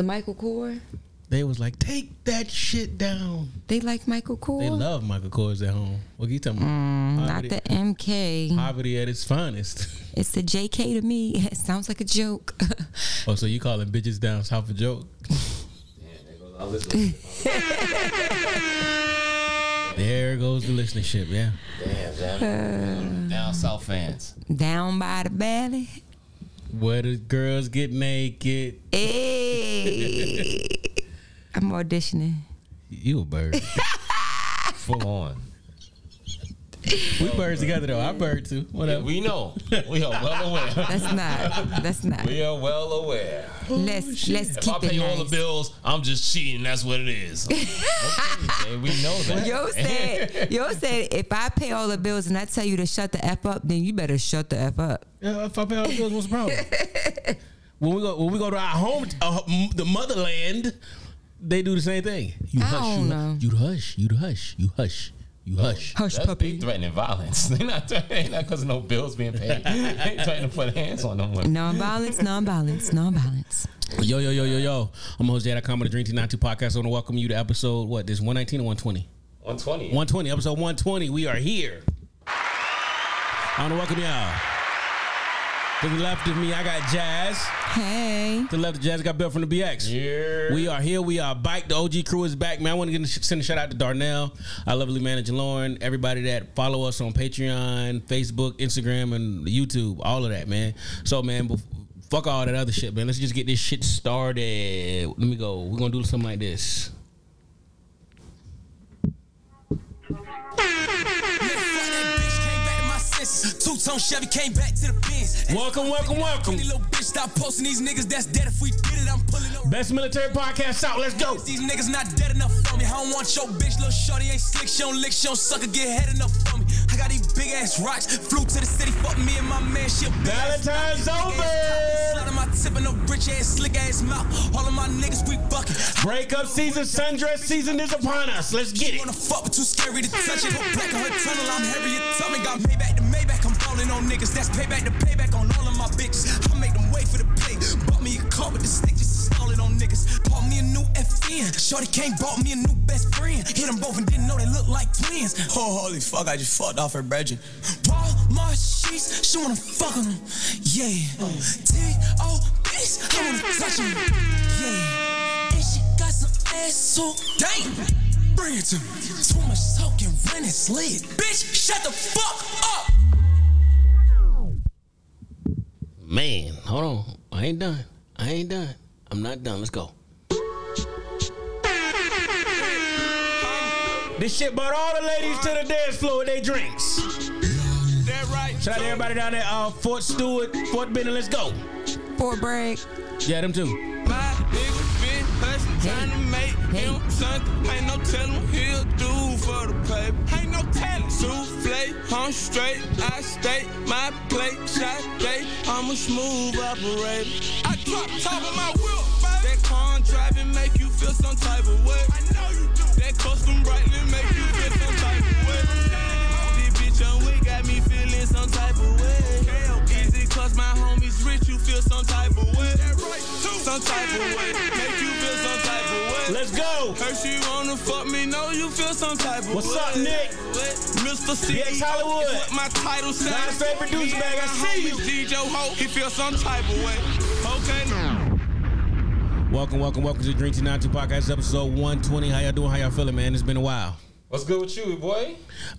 The Michael Kors. They was like, take that shit down. They like Michael Kors. They love Michael Kors at home. What you talking about? Not Poverty- the MK. Poverty at its finest. It's the JK to me. It sounds like a joke. oh, so you calling bitches down south a joke? There goes the listenership. Yeah, Damn, damn. Down South fans. Down by the valley. where the girls get naked. Hey. I'm auditioning. You a bird. Full on. we birds together though. I bird too. Whatever. We know. We are well aware. That's not. That's not. We are well aware. let's let's Oh, If I keep it pay all the nice. bills, I'm just cheating. That's what it is. okay, we know that. Yo said, yo said, if I pay all the bills and I tell you to shut the f up, then you better shut the f up. Yeah, if I pay all the bills, what's the problem? when we go when we go to our home, uh, m- the motherland, they do the same thing. You I hush, don't you, know. you hush, you hush, you hush, you hush. Hush, That's puppy. big threatening violence. They're not threatening not because of no bills being paid. they threatening to put hands on them. With. Non-violence, non-violence, non-violence. Yo yo yo yo yo! I'm your host Jada Comedy Drink Tea Not Two Podcast. I want to welcome you to episode what? This 119 or 120? 120. 120. Episode 120. We are here. I want to welcome y'all. To the left of me, I got Jazz. Hey, To the left of Jazz, I got Bill from the BX. Yeah. We are here. We are back. The OG crew is back, man. I want to send a shout out to Darnell, our lovely manager Lauren, everybody that follow us on Patreon, Facebook, Instagram, and YouTube. All of that, man. So, man, bef- fuck all that other shit, man. Let's just get this shit started. Let me go. We're gonna do something like this. Two tone Chevy came back to the pins. Welcome, welcome, welcome. Any little bitch stop posting these niggas that's dead. If we did it, I'm pulling up. Best military podcast out. Let's go. These niggas not dead enough for me. I don't want your bitch, little shorty ain't slick. She don't lick, she don't sucker, get head enough for me. I got these big ass rocks. Flew to the city, fuck me and my man. She a big ass Valentine's big ass over. top. Slide on my tip and no rich ass, slick ass mouth. All of my niggas, we bucking. Breakup season, sundress season is upon us. Let's get it. Wanna fuck, but too scary to touch it. Go black on her tunnel, I'm Harriet Tubman. Got Maybach to Maybach, I'm ballin' on niggas. That's payback to payback on all of my bitches. I make them wait for the pay. Bought me a car with the stick, just stallin' on niggas. Bought me a new FN. Shorty came, bought me a new best friend. Hit them both and didn't know they look like twins. Oh, holy fuck, I just fucked off her virgin. Walmart sheets, she wanna fuck on them. Yeah. T-O-B's, I wanna touch them. Yeah. And she got some ass too. Dang! Bring it to me. Too much talking, rent is lit. Bitch, shut the fuck up! Man, hold on. I ain't done. I ain't done. I'm not done. Let's go. This shit brought all the ladies to the dance floor with their drinks. That right. Shout out to everybody down there, uh, Fort Stewart, Fort Benning. Let's go. for a break. Yeah, them too. My nigga been hustling, trying to make him something. Ain't no telling he'll do for the paper. Ain't no telling. Souffle, I'm straight. I state my plate, shot bait. I'm a smooth operator. I drop top of my whip. babe. That con driving make you feel some type of way. I know you do. That custom brightly make you feel some type of way. This bitch on we got me feeling some type of way. Is it cause my homies rich? You feel some type of way? Some type of way. Make you feel some type of way. Let's go. Heard she wanna fuck me, know you feel some type of What's way. up, Nick? What? Mr. C. BX Hollywood. is what my title says. God's favorite douchebag, Me and I my see homies DJ Ho, he feel some type of way. Okay, Welcome, welcome, welcome to Drink 92 Podcast, episode 120. How y'all doing? How y'all feeling, man? It's been a while. What's good with you, boy?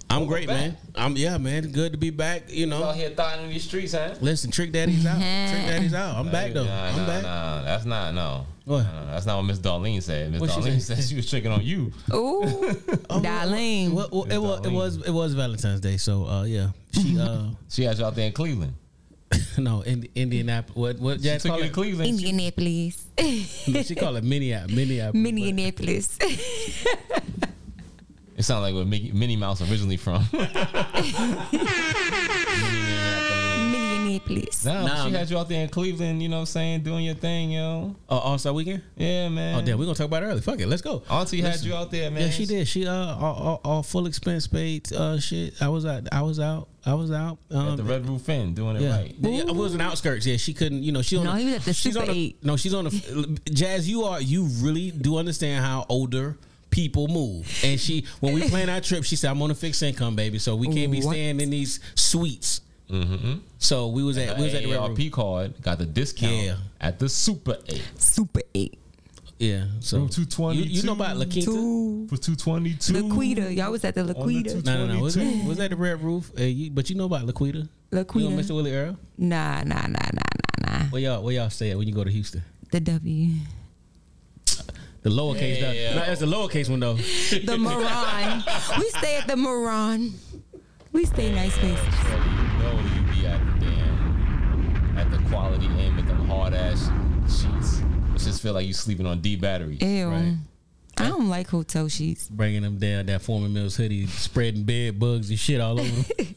I'm great, back. man. I'm yeah, man. Good to be back. You Out know, here thotting in these streets, huh? listen, Trick Daddy's out. Trick Daddy's out. I'm back though. Nah, I'm nah, back. Nah, that's not, no. What? No, no, that's not what Miss Darlene said. Miss What she Darlene said? said she was tricking on you. Ooh, Darlene. Well, well, it, was, it was it was Valentine's Day, so uh, yeah, she uh, She had you out there in Cleveland. no, in, Indianapolis. What what She Jazz took call you to it? Cleveland. Indianapolis. No, she call it Minneapolis. Minneapolis. Minneapolis. It sounds like where Mickey, Minnie Mouse originally from. Minneapolis. please. Nah, Nah, she man. had you out there in Cleveland, you know what I'm saying, doing your thing, yo. Uh, All Star Weekend. Yeah, man. Oh damn, we are gonna talk about it early. Fuck it, let's go. Auntie had you out there, man. Yeah, she did. She uh all, all, all full expense paid uh shit. I was out. I was out. I was out. At the Um, Red Roof Inn, doing it yeah. right. Yeah, I was in outskirts. Yeah, she couldn't. You know, she on. No, the- he was at the she's Super on the- Eight. No, she's on the. Jazz, you are. You really do understand how older people move. And she, when we plan our trip, she said, "I'm on a fixed income, baby, so we can't be What? staying in these suites." So we was at we was at the Red Roof. AARP card, got the discount Yeah. at the Super 8 Super eight. Yeah. So Room 222. You, you know about La Quinta? Two. for 222. Laquita. Y'all was at the Laquita. No, no, no. Was that, 22. was that the Red Roof? Uh, you, but you know about La Quita? You know Laquita. Mr. Willie Earl? Nah, nah, nah, nah, nah, nah. Where y'all where y'all stay at when you go to Houston? The W. The lowercase dog. No, that's the lowercase one though. The Moron. we stay at the Moron. We stay nice places. No, you be at the damn, at the quality inn with them hard ass sheets. It just feel like you sleeping on D battery. Ew. Right. I don't like hotel sheets. Bringing them down that former Mills hoodie, spreading bed bugs and shit all over. them.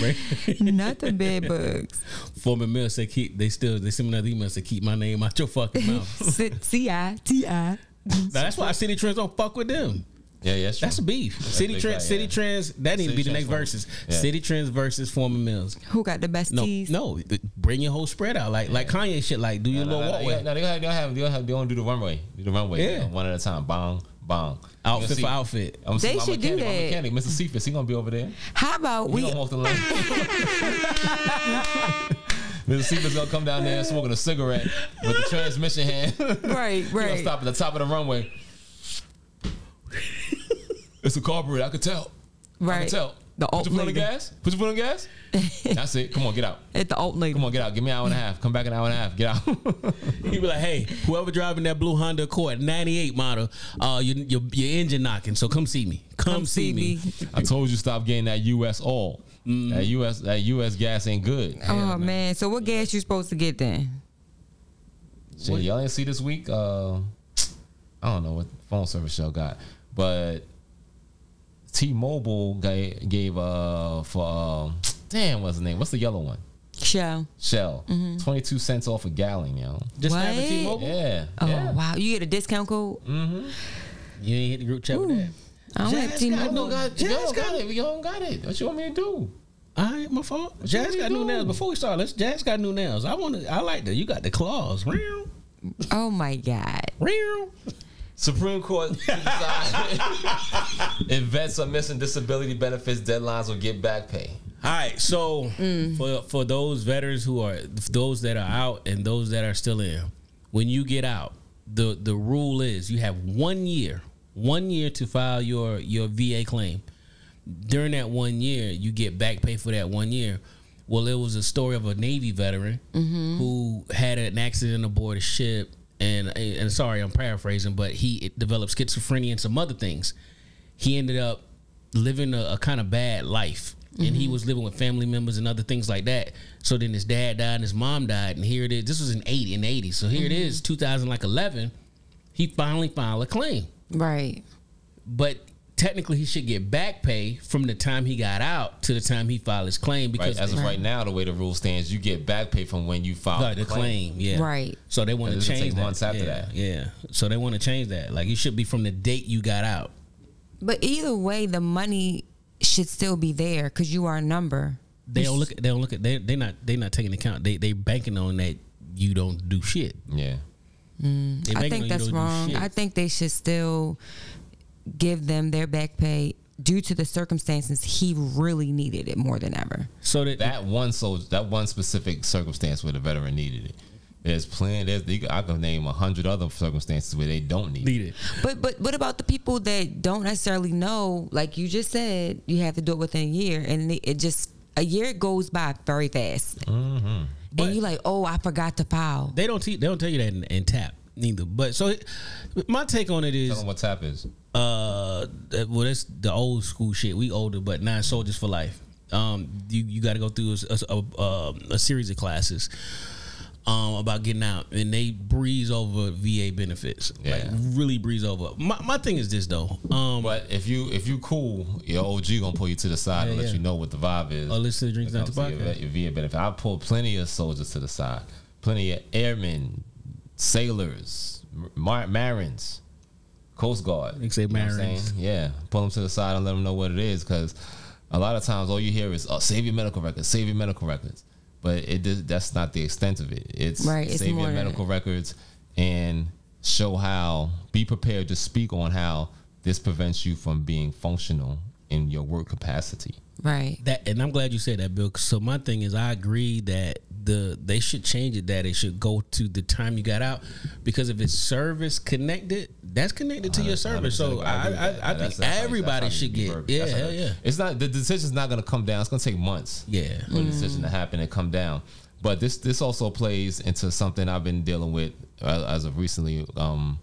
Right? Not the bed bugs. Former Mills said keep they still they send me another email said keep my name out your fucking mouth. C I T I. now, that's why City Trends don't fuck with them. Yeah, yeah, that's, That's true. beef. City big Trends, guy, City yeah. Trends. That need to City be the next Trends verses. Yeah. City Trends versus former Mills. Who got the best No, teas? no. Bring your whole spread out like like Kanye shit. Like do your No, little no, walkway. no, no, they gonna have, they gonna have, they gonna have, they gonna do the runway, do the runway, Yeah. yeah. one at a time, bong, bong, Outfit for outfit. I'm They should do mechanic, that. My mechanic, Mr. Cephas, he gonna be over there. How about We we? gonna walk the line. Mr. Cephas gonna come down there smoking a cigarette with the transmission hand. Right, He gonna right. stop at the top of the runway. it's a carburetor. I could tell. I right. could tell. The Put alt your foot on lady. the gas. Put your foot on the gas. That's it. Come on, get out. At the alt lady. Come on, get out. Give me an hour and a half. Come back an hour and a half. Get out. He be like, "Hey, whoever driving that blue Honda Accord, '98 model, uh, your, your your engine knocking, so come see me. Come, see, me. I told you stop getting that U.S. oil. That U.S. That U.S. gas ain't good. oh man. So what gas you supposed to get then? Shit, y'all didn't see this week. Uh, I don't know what phone service y'all got, but T-Mobile gave, gave uh for um, damn what's the name? What's the yellow one? Shell. Shell. two cents off a gallon, yo. Just What? have a T-Mobile. Yeah. Mm-hmm. Oh yeah. wow. You get a discount code? You ain't hit the group chat with that. I don't have Jazz T I don't Mobile. got, y'all don't got it. Y'all don't got it. What you want me to do? All right, my fault. Jazz you got new doing? nails. Before we start, let's. Jazz got new nails. I want to. I like that. You got the claws. Real, Oh my God. real. Supreme Court if vets are missing disability benefits deadlines will get back pay. All right, so for for those veterans who are those that are out and those that are still in, when you get out, the the rule is you have one year, one year to file your your VA claim. During that one year, you get back pay for that one year. Well, it was a story of a Navy veteran who had an accident aboard a ship, and and sorry, I'm paraphrasing, but he developed schizophrenia and some other things he ended up living a, a kind of bad life and he was living with family members and other things like that so then his dad died and his mom died and here it is this was in 80 in 80 so here it is 2011 he finally filed a claim Right. but technically he should get back pay from the time he got out to the time he filed his claim Right. because As of right now, the way the rule stands, you get back pay from when you file Right, the claim, yeah, Right. So they want It to doesn't change take that. months after yeah, that. yeah. So they want to change that. Like it should be from the date you got out. But either way, the money should still be there because you are a number. They don't look. They don't look at. They they not. They not taking account. They they banking on that you don't do shit. Yeah. They I banking think on you that's don't do wrong. shit. I think they should still give them their back pay due to the circumstances. He really needed it more than ever. so that, That one soldier, that one specific circumstance where the veteran needed it. There's plenty. There's you could- I can name a hundred other circumstances where they don't need it. needed. But but what about the people that don't necessarily know? Like you just said, you have to do it within a year, and it- it just a year goes by very fast. Mm-hmm. But- And you're like, oh, I forgot to file. They don't te- they don't tell you that in, in tap neither. But so it- my take on it Tell is them what tap is. uh that- well that's the old school shit. We older, but not soldiers for life. Um, you you got to go through a, a, a, um, a series of classes. um, about getting out, and they breeze over VA benefits. Like Yeah. really breeze over. My, my thing is this though. Um, But if you if you cool, your OG gonna pull you to the side and Yeah, let yeah. you know what the vibe is. Oh, listen to Drinks When Not it the comes to your Podcast. vet- your VA benefit. I pull plenty of soldiers to the side, plenty of airmen, sailors, mar- marines, coast guard. They say You know what I'm marines. saying? yeah, pull them to the side and let them know what it is, because a lot of times all you hear is "oh, save your medical records, save your medical records," but it does- that's not the extent of it. It's Right, it's save more your than that. medical records and show how be prepared to speak on how this prevents you from being functional in your work capacity. Right. that and I'm glad you said that, Bill. 'cause So my thing is, I agree that the they should change it. That it should go to the time you got out, because if it's service connected, that's connected to your service. So I, agree with I, that. I, That's- think that's how- everybody that's how you should get. deburp. Yeah, That's how- hell yeah, It's not the decision's not going to come down. It's going to take months yeah. for the decision to happen and come down. But this this also plays into something I've been dealing with uh, as of recently. Um,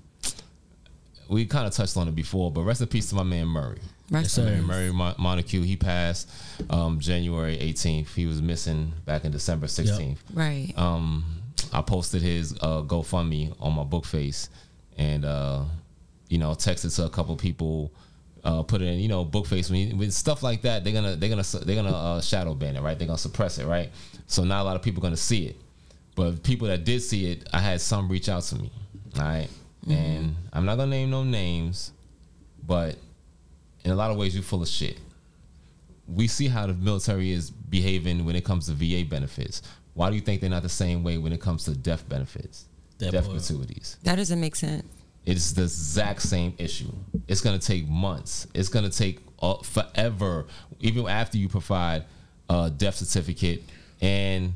we kind of touched on it before, but rest in peace to my man Murray. Right. Yes, sir. Murray Mon- Montague, he passed um, January 18th. He was missing back in December 16th Right. um, I posted his uh, GoFundMe on my book face, and uh, you know, texted to a couple people. Uh, put it in, you know, Bookface. When you, with stuff like that, they're gonna they're gonna su- they're gonna uh, shadow ban it, right? They're gonna suppress it, right? So not a lot of people gonna see it, but people that did see it, I had some reach out to me, all right? And I'm not gonna name no names, but in a lot of ways, you're full of shit we see how the military is behaving when it comes to VA benefits. Why do you think they're not the same way when it comes to death benefits, That death part. gratuities? that doesn't make sense. It's the exact same issue. It's going to take months. It's going to take uh, forever, even after you provide a death certificate and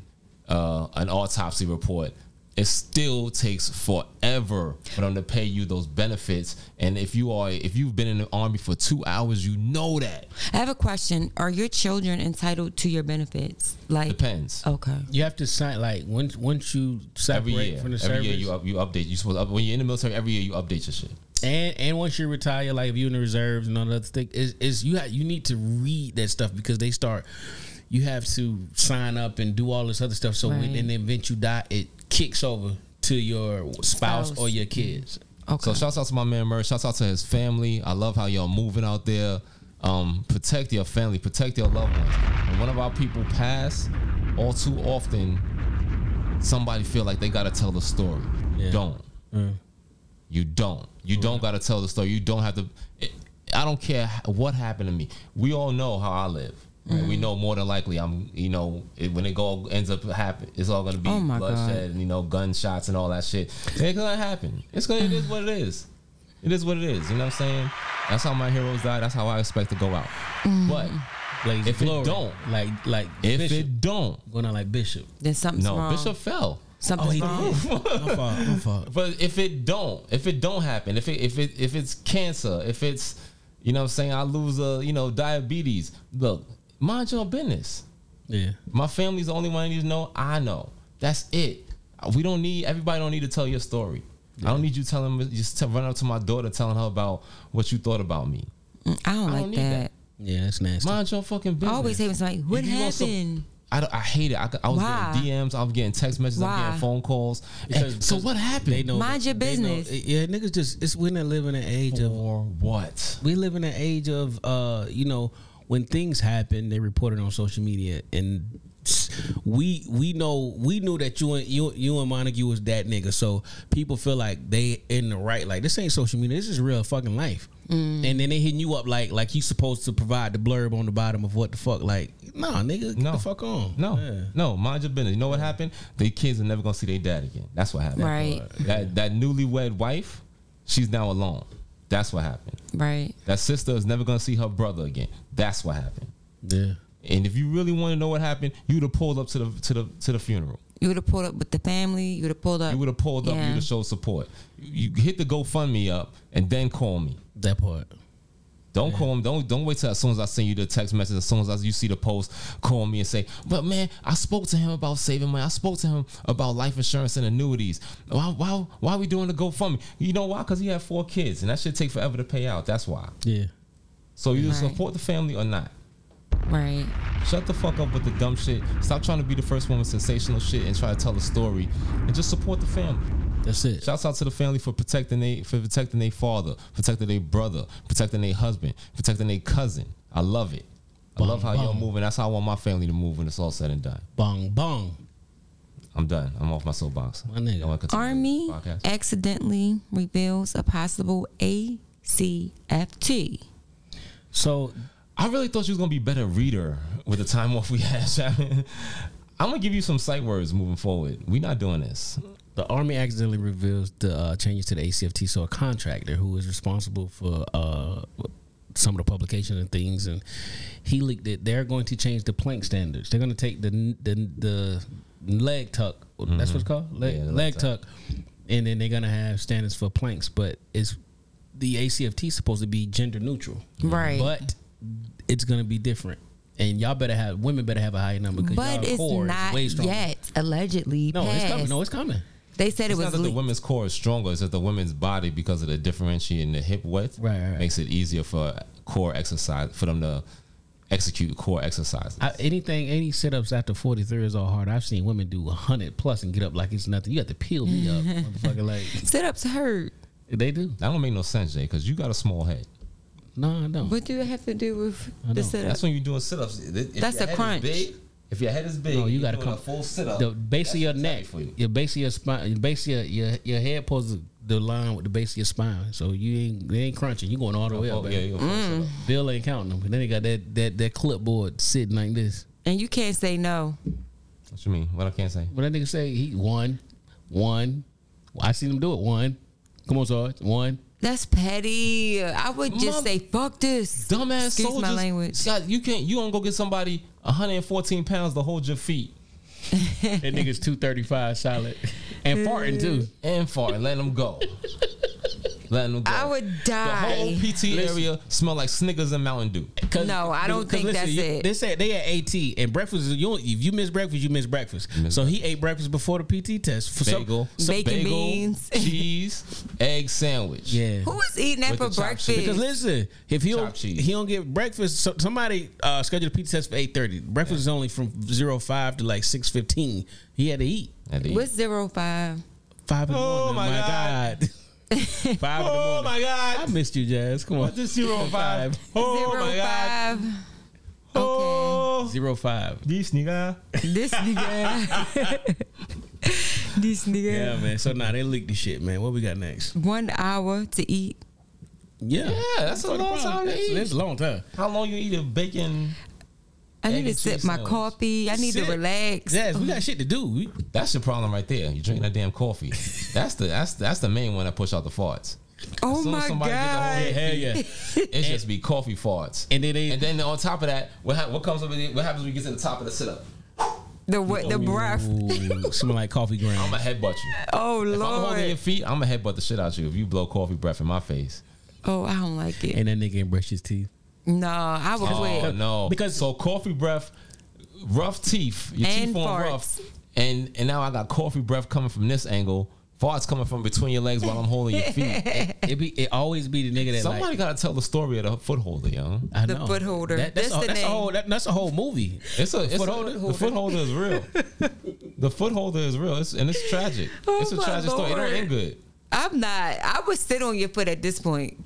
uh, an autopsy report. It still takes forever for them to pay you those benefits. And if you are, if you've been in the army for two hours, you know that I have a question. Are your children entitled to your benefits? Like depends. Okay. You have to sign like once once you separate every year. from the every service, year you up, you update. You supposed to up, when you're in the military, every year you update your shit. and and once you retire, like if you in the reserves and all that thing, is is you ha- you need to read that stuff because they start. You have to sign up and do all this other stuff. So when Right. in the event you die, it kicks over to your spouse, Spouse. or your kids. Okay. So shouts out to my man Murray. Shouts out to his family. I love how y'all moving out there. Um, protect your family. Protect your loved ones. When one of our people pass, all too often, somebody feel like they gotta tell the story. Yeah. Don't. You don't. You don't gotta tell the story. You don't have to. It, I don't care what happened to me. We all know how I live. right? Mm-hmm. We know more than likely I'm, you know, it, when it all ends up happen, it's all gonna be Oh my God. bloodshed, and, you know, gunshots and all that shit. It gonna happen. It's gonna. It is what it is. It is what it is. You know what I'm saying? That's how my heroes die. That's how I expect to go out. Mm. But Like If it Florida, don't, like like if Bishop, it don't, going out like Bishop. Oh, then something's no, wrong. Bishop Oh, fell. something's wrong. my fault. My fault. But if it don't, if it don't happen, if it if it if it's cancer, if it's you know what I'm saying, I lose a you know diabetes. Look, mind your business. Yeah. My family's the only one that needs to know. I know. That's it. We don't need everybody. Don't need to tell your story. I don't need you telling me. Just to run up to my daughter telling her about what you thought about me. Mm, I don't I like don't need that. that. Yeah, that's nasty. Mind your fucking I business. always hate when somebody, what If you want some- happened? I, don't- I hate it. I, I was Why? getting DMs. I was getting text messages. I'm Why? getting phone calls. And Because- so because what happened? They know Mind your they know- business. yeah, niggas just it's when they live in an age of or what? we live in an age of uh you know when things happen they report it on social media and we we know we knew that you and you you and Montague was that nigga so people feel like they in the right like this ain't social media this is real fucking life and then they hitting you up like like you supposed to provide the blurb on the bottom of what the fuck like nah nigga get No. the fuck on No, Yeah. no, mind your business. You know what happened? The kids are never gonna see their dad again. That's what happened. Right. That that newlywed wife, she's now alone. That's what happened. Right. That sister is never gonna see her brother again. That's what happened. yeah And if you really want to know what happened, you'd have pulled up to the to the to the funeral. You would have pulled up with the family. You would have pulled up. You would have pulled up. Yeah. You'd have showed support. You, you hit the GoFundMe up and then call me. that part Don't call me. Don't don't wait till as soon as I send you the text message. As soon as I, you see the post, call me and say, "But man, I spoke to him about saving money. I spoke to him about life insurance and annuities. Why why why are we doing the GoFundMe? You know why? Because he had four kids, and that should take forever to pay out. That's why. yeah So you Right. support the family or not? Right. Shut the fuck up with the dumb shit. Stop trying to be the first one with sensational shit and try to tell a story. And just support the family. That's it. Shouts out to the family for protecting they for protecting their father, protecting their brother, protecting their husband, protecting their cousin. I love it. I love how y'all bum. moving. That's how I want my family to move when it's all said and done. Bong bong. I'm done. I'm off my soapbox. My nigga. I wanna continue Army the podcast. accidentally reveals a possible ACFT. So I really thought you was gonna be a better reader with the time off we had, Shannon. I'm gonna give you some sight words moving forward. We're not doing this. the army accidentally reveals the uh, changes to the ACFT. So a contractor who is responsible for uh, some of the publication and things, and he leaked it. They're going to change the plank standards. They're going to take the the, the leg tuck. That's what it's called. Leg, Yeah, the leg, leg tuck. And then they're going to have standards for planks, but it's the ACFT is supposed to be gender neutral, Right. But it's going to be different. And y'all better have women better have a higher number because But y'all it's core is not way stronger. yet allegedly No, passed. it's coming. No, it's coming. they said It's it was not that the leaked. women's core is stronger. It's that the women's body, because of the differentiating the hip width, Right, right, right. makes it easier for core exercise for them to execute core exercises. I, anything, any sit ups after 43 is all hard. I've seen women do 100 plus and get up like it's nothing. You have to peel me up, motherfucker. Like, Sit ups hurt. they do. that don't make no sense, Jay, because you got a small head. No, I don't. What do it have to do with I the know. sit That's ups? when you're doing sit-ups. If That's your a head is crunch. big- if your head is big, no, you you're got to doing come a full sit-up. The base of That's your what's neck, heavy for you. your base of your spine, your base of your, your your head pulls the- the line with the base of your spine. So you ain't they ain't crunching. You going all the way up. Oh, yeah, baby. you're a full sit-up. Bill ain't counting them. And then they got that that that clipboard sitting like this. And you can't say no. What you mean? What I can't say? What that nigga say? He one, one. I seen him do it. One. Come on, Sarge. One. That's petty. I would just Mom- say fuck this. dumbass Excuse soldiers. my language. God, you can't. You don't go get somebody 114 pounds to hold your feet That nigga's 235 solid. And farting too. and fart and let them go. Letting them go. I would The whole die. PT area smell like Snickers and Mountain Dew. Cause, No, I don't 'cause think that's you- it. They said they had AT and breakfast. is- You don't- if you miss breakfast, you miss breakfast. so he ate breakfast before the PT test for some- Bagel, some- Bacon beans. cheese, egg sandwich. yeah. Who is eating that With for the chopped breakfast? chicken. Because listen, if he don't Chopped cheese. he don't get breakfast, so somebody uh, scheduled a PT test for eight thirty. Breakfast is only from zero five to like six fifteen. He had to eat And they- What's zero five? five in the Oh, morning. my God. five in the Oh morning. my I god. missed you, Jazz. Come on, What's this zero five? Oh Zero my god. five. Oh. zero five. This nigga. This nigga. this nigga. Yeah, man. So now nah, they leaked the shit, man. What we got next? One hour to eat. Yeah, Yeah, that's a long time to That's, eat. that's a long time. How long you eat a bacon? I Egg need to and sip cheese my sandwich. coffee. I need Sit. to relax. Yes, we got shit to do. We, That's your problem right there. You drink that damn coffee. That's the that's that's the main one that push out the farts. oh As soon as my somebody gets a hold of god. it, hell yeah. It just be coffee farts. And then they And then on top of that, what hap- what comes over there, what happens when you get to the top of the sit up? The what? The breath. Ooh, smell like coffee I'm ground. gonna headbutt you. Oh If I'm holding your lord. feet, I'm gonna headbutt the shit out you if you blow coffee breath in my face. Oh, I don't like it. And that nigga ain't brush his teeth. No, I would Oh quit. no! Because- so coffee breath, rough teeth, your And teeth on rough, farts. and and now I got coffee breath coming from this angle, farts coming from between your legs while I'm holding your feet. It be it always be the nigga that Somebody like gotta tell the story of the foot holder, yo. I The know. foot holder. That- that's, That's a, the that's a name. whole that, that's a whole movie. It's a, it's foot a- holder? the foot holder is real. the foot holder is real. It's, and it's tragic. Oh, it's a my tragic story. It Lord. don't end good. I'm not. I would sit on your foot at this point.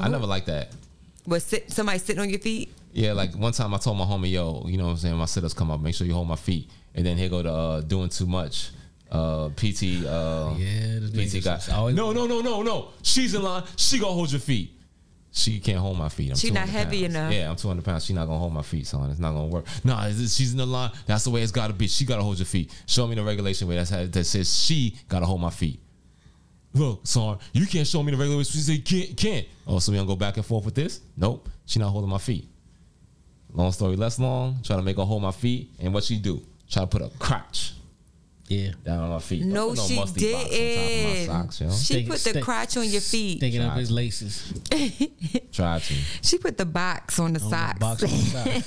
I never liked that. Was sit, somebody sitting on your feet? Yeah, like one time I told my homie, yo, you know what I'm saying? My sit ups come up, make sure you hold my feet. And then here go to uh, doing too much. Uh, PT, Oh. uh, Yeah, the PT niggas guy. just always- no, no, no, no, no. She's in line. She gonna hold your feet. She can't hold my feet. I'm She not 200 heavy pounds. enough. Yeah, I'm 200 pounds. She not gonna hold my feet, son. It's not gonna work. Nah, it's just- she's in the line. That's the way it's gotta be. She gotta hold your feet. Show me the regulation way. That's how that says she gotta hold my feet. Look, son, you can't show me the regular way. She said can't, can't. Oh, so we gonna go back and forth with this? Nope. She not holding my feet. Long story less long. Try to make her hold my feet, and what she do? Try to put a crotch Yeah. down on my feet. Don't No, put she musty box on top didn't. of my socks, yo. She Stinking- put the stink- crotch on your feet. Stinking up his laces. Try to She put the box on the socks. Box on the side.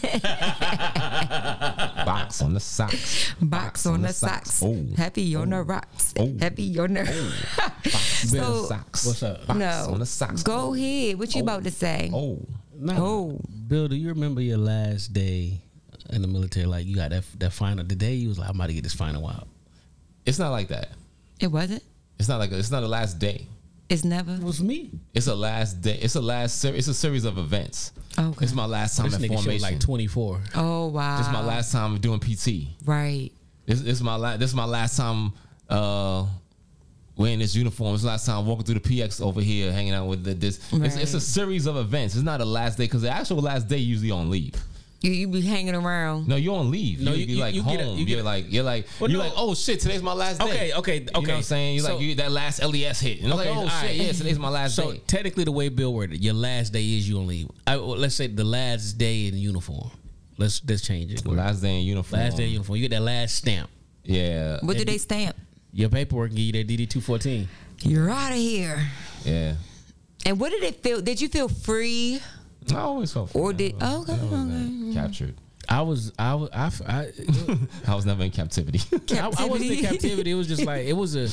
box on the socks. box on the socks. Oh, Happy on the rocks. Oh. Happy on the. box on the So- socks. What's up? Box no. on the socks. Go ahead. What you about to say? Oh, Nah. Oh. Bill, do you remember your last day in the military? Like you got that that final the day you was like, I'm about to get this final out. It's not like that. It wasn't. It's not like it's not a last day. It's never. It was me. It's a last day. It's a last. Ser- it's a series of events. Okay. It's my last time This in nigga shit was formation. like 24. Oh wow. this is my last time doing PT. Right. This, this is my last. This is my last time uh, wearing this uniform. This is the last time walking through the PX over here, hanging out with the, this. It's, it's a Right. series of events. It's not a last day because the actual last day usually on leave. You you be hanging around. No, you're on leave. No, you, you- you, you- like you home. get a- you you get are a- like you're like Well, you're no. like oh shit, today's my last day. Okay, okay, You know okay. what I'm saying? You're So- like you, that last LES hit. And I'm Okay, like oh all shit, right. yeah, today's my last So day. technically, the way Bill worded it, your last day is you on leave. I, well, let's say the last day in uniform. Let's let's change it. Last, Last day in uniform. day in uniform. You get that last stamp. Yeah. What do It be- they stamp? Your paperwork can give you that DD two fourteen. You're out of here. Yeah. And what did it feel? Did you feel free? I always felt. Or free. did- I was- okay, I was, uh, okay. Captured. I was I was I, f- I- I was never in captivity. I- I wasn't in Captivity. captivity. It was just like it was a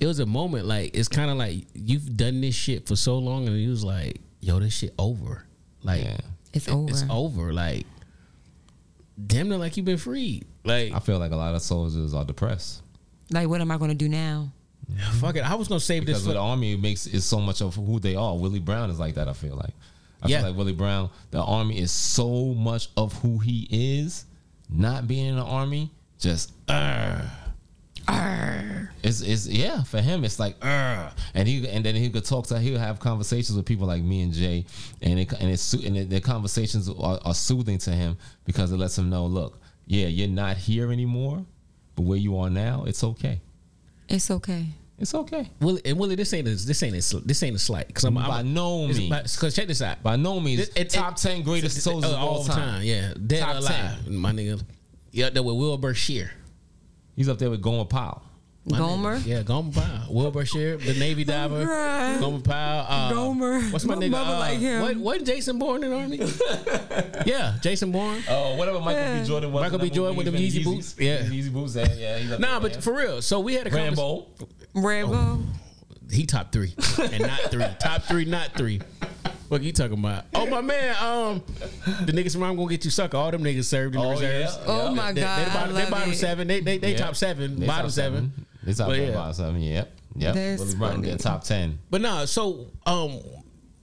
it was a moment. Like it's kind of like you've done this shit for so long, and it was like, yo, this shit over. Like Yeah. It's it- over. It's over. Like damn near like you've been freed. Like I feel like a lot of soldiers are depressed Like what am I going to do now? fuck it. I was gonna save because this with for the army it makes is so much of who they are. Willie Brown is like that. I feel like. I Yeah. feel like Willie Brown. The army is so much of who he is. Not being in the army, just uh, Arr. it's, it's yeah for him. It's like uh, and he and then he could talk to he'll have conversations with people like me and Jay, and it and it's su- and the- the conversations are, are soothing to him because it lets him know, look, yeah, you're not here anymore, but where you are now, it's okay. It's okay. It's okay. Willie, and Willie, this ain't a, this ain't a, sl- this ain't a slight because I'm, I'm By no it's means. about- Cause check this out. uh, By no means, It- it- top it- ten greatest soldiers of uh, all time. Yeah, dead Top or alive, my nigga. Yeah, that with Wilbur Shear. He's up there with Gomer Powell. My Gomer. nigga. Yeah, Gomer Powell. Wilbur Shear, the Navy diver. Right. Gomer Powell. Uh, Oh, Gomer. What's my, My nigga? mother uh, like him. What, wasn't Jason Bourne in the army? yeah, Jason Bourne. Oh, whatever Michael B. Jordan was. Michael B. Jordan with them Yeezy boots. Yeah. Yeezy boots. Yeah, yeah. He's up Nah, there, but man. for real. So we had a convers- Rambo. Rambo. Oh. He top three and not three. top three, not three. What you talking about? Oh my man, um, the niggas from I'm gonna get you sucker. All them niggas served in the Oh, reserves. yeah. Oh Yeah. my They, god. they bottom, I they love bottom it. seven. They they, they Yeah. top seven. They bottom top seven. They top But seven. yeah. Bottom seven. Yep. Yep. That's Willie Brown, funny. they're top ten. But nah, so um,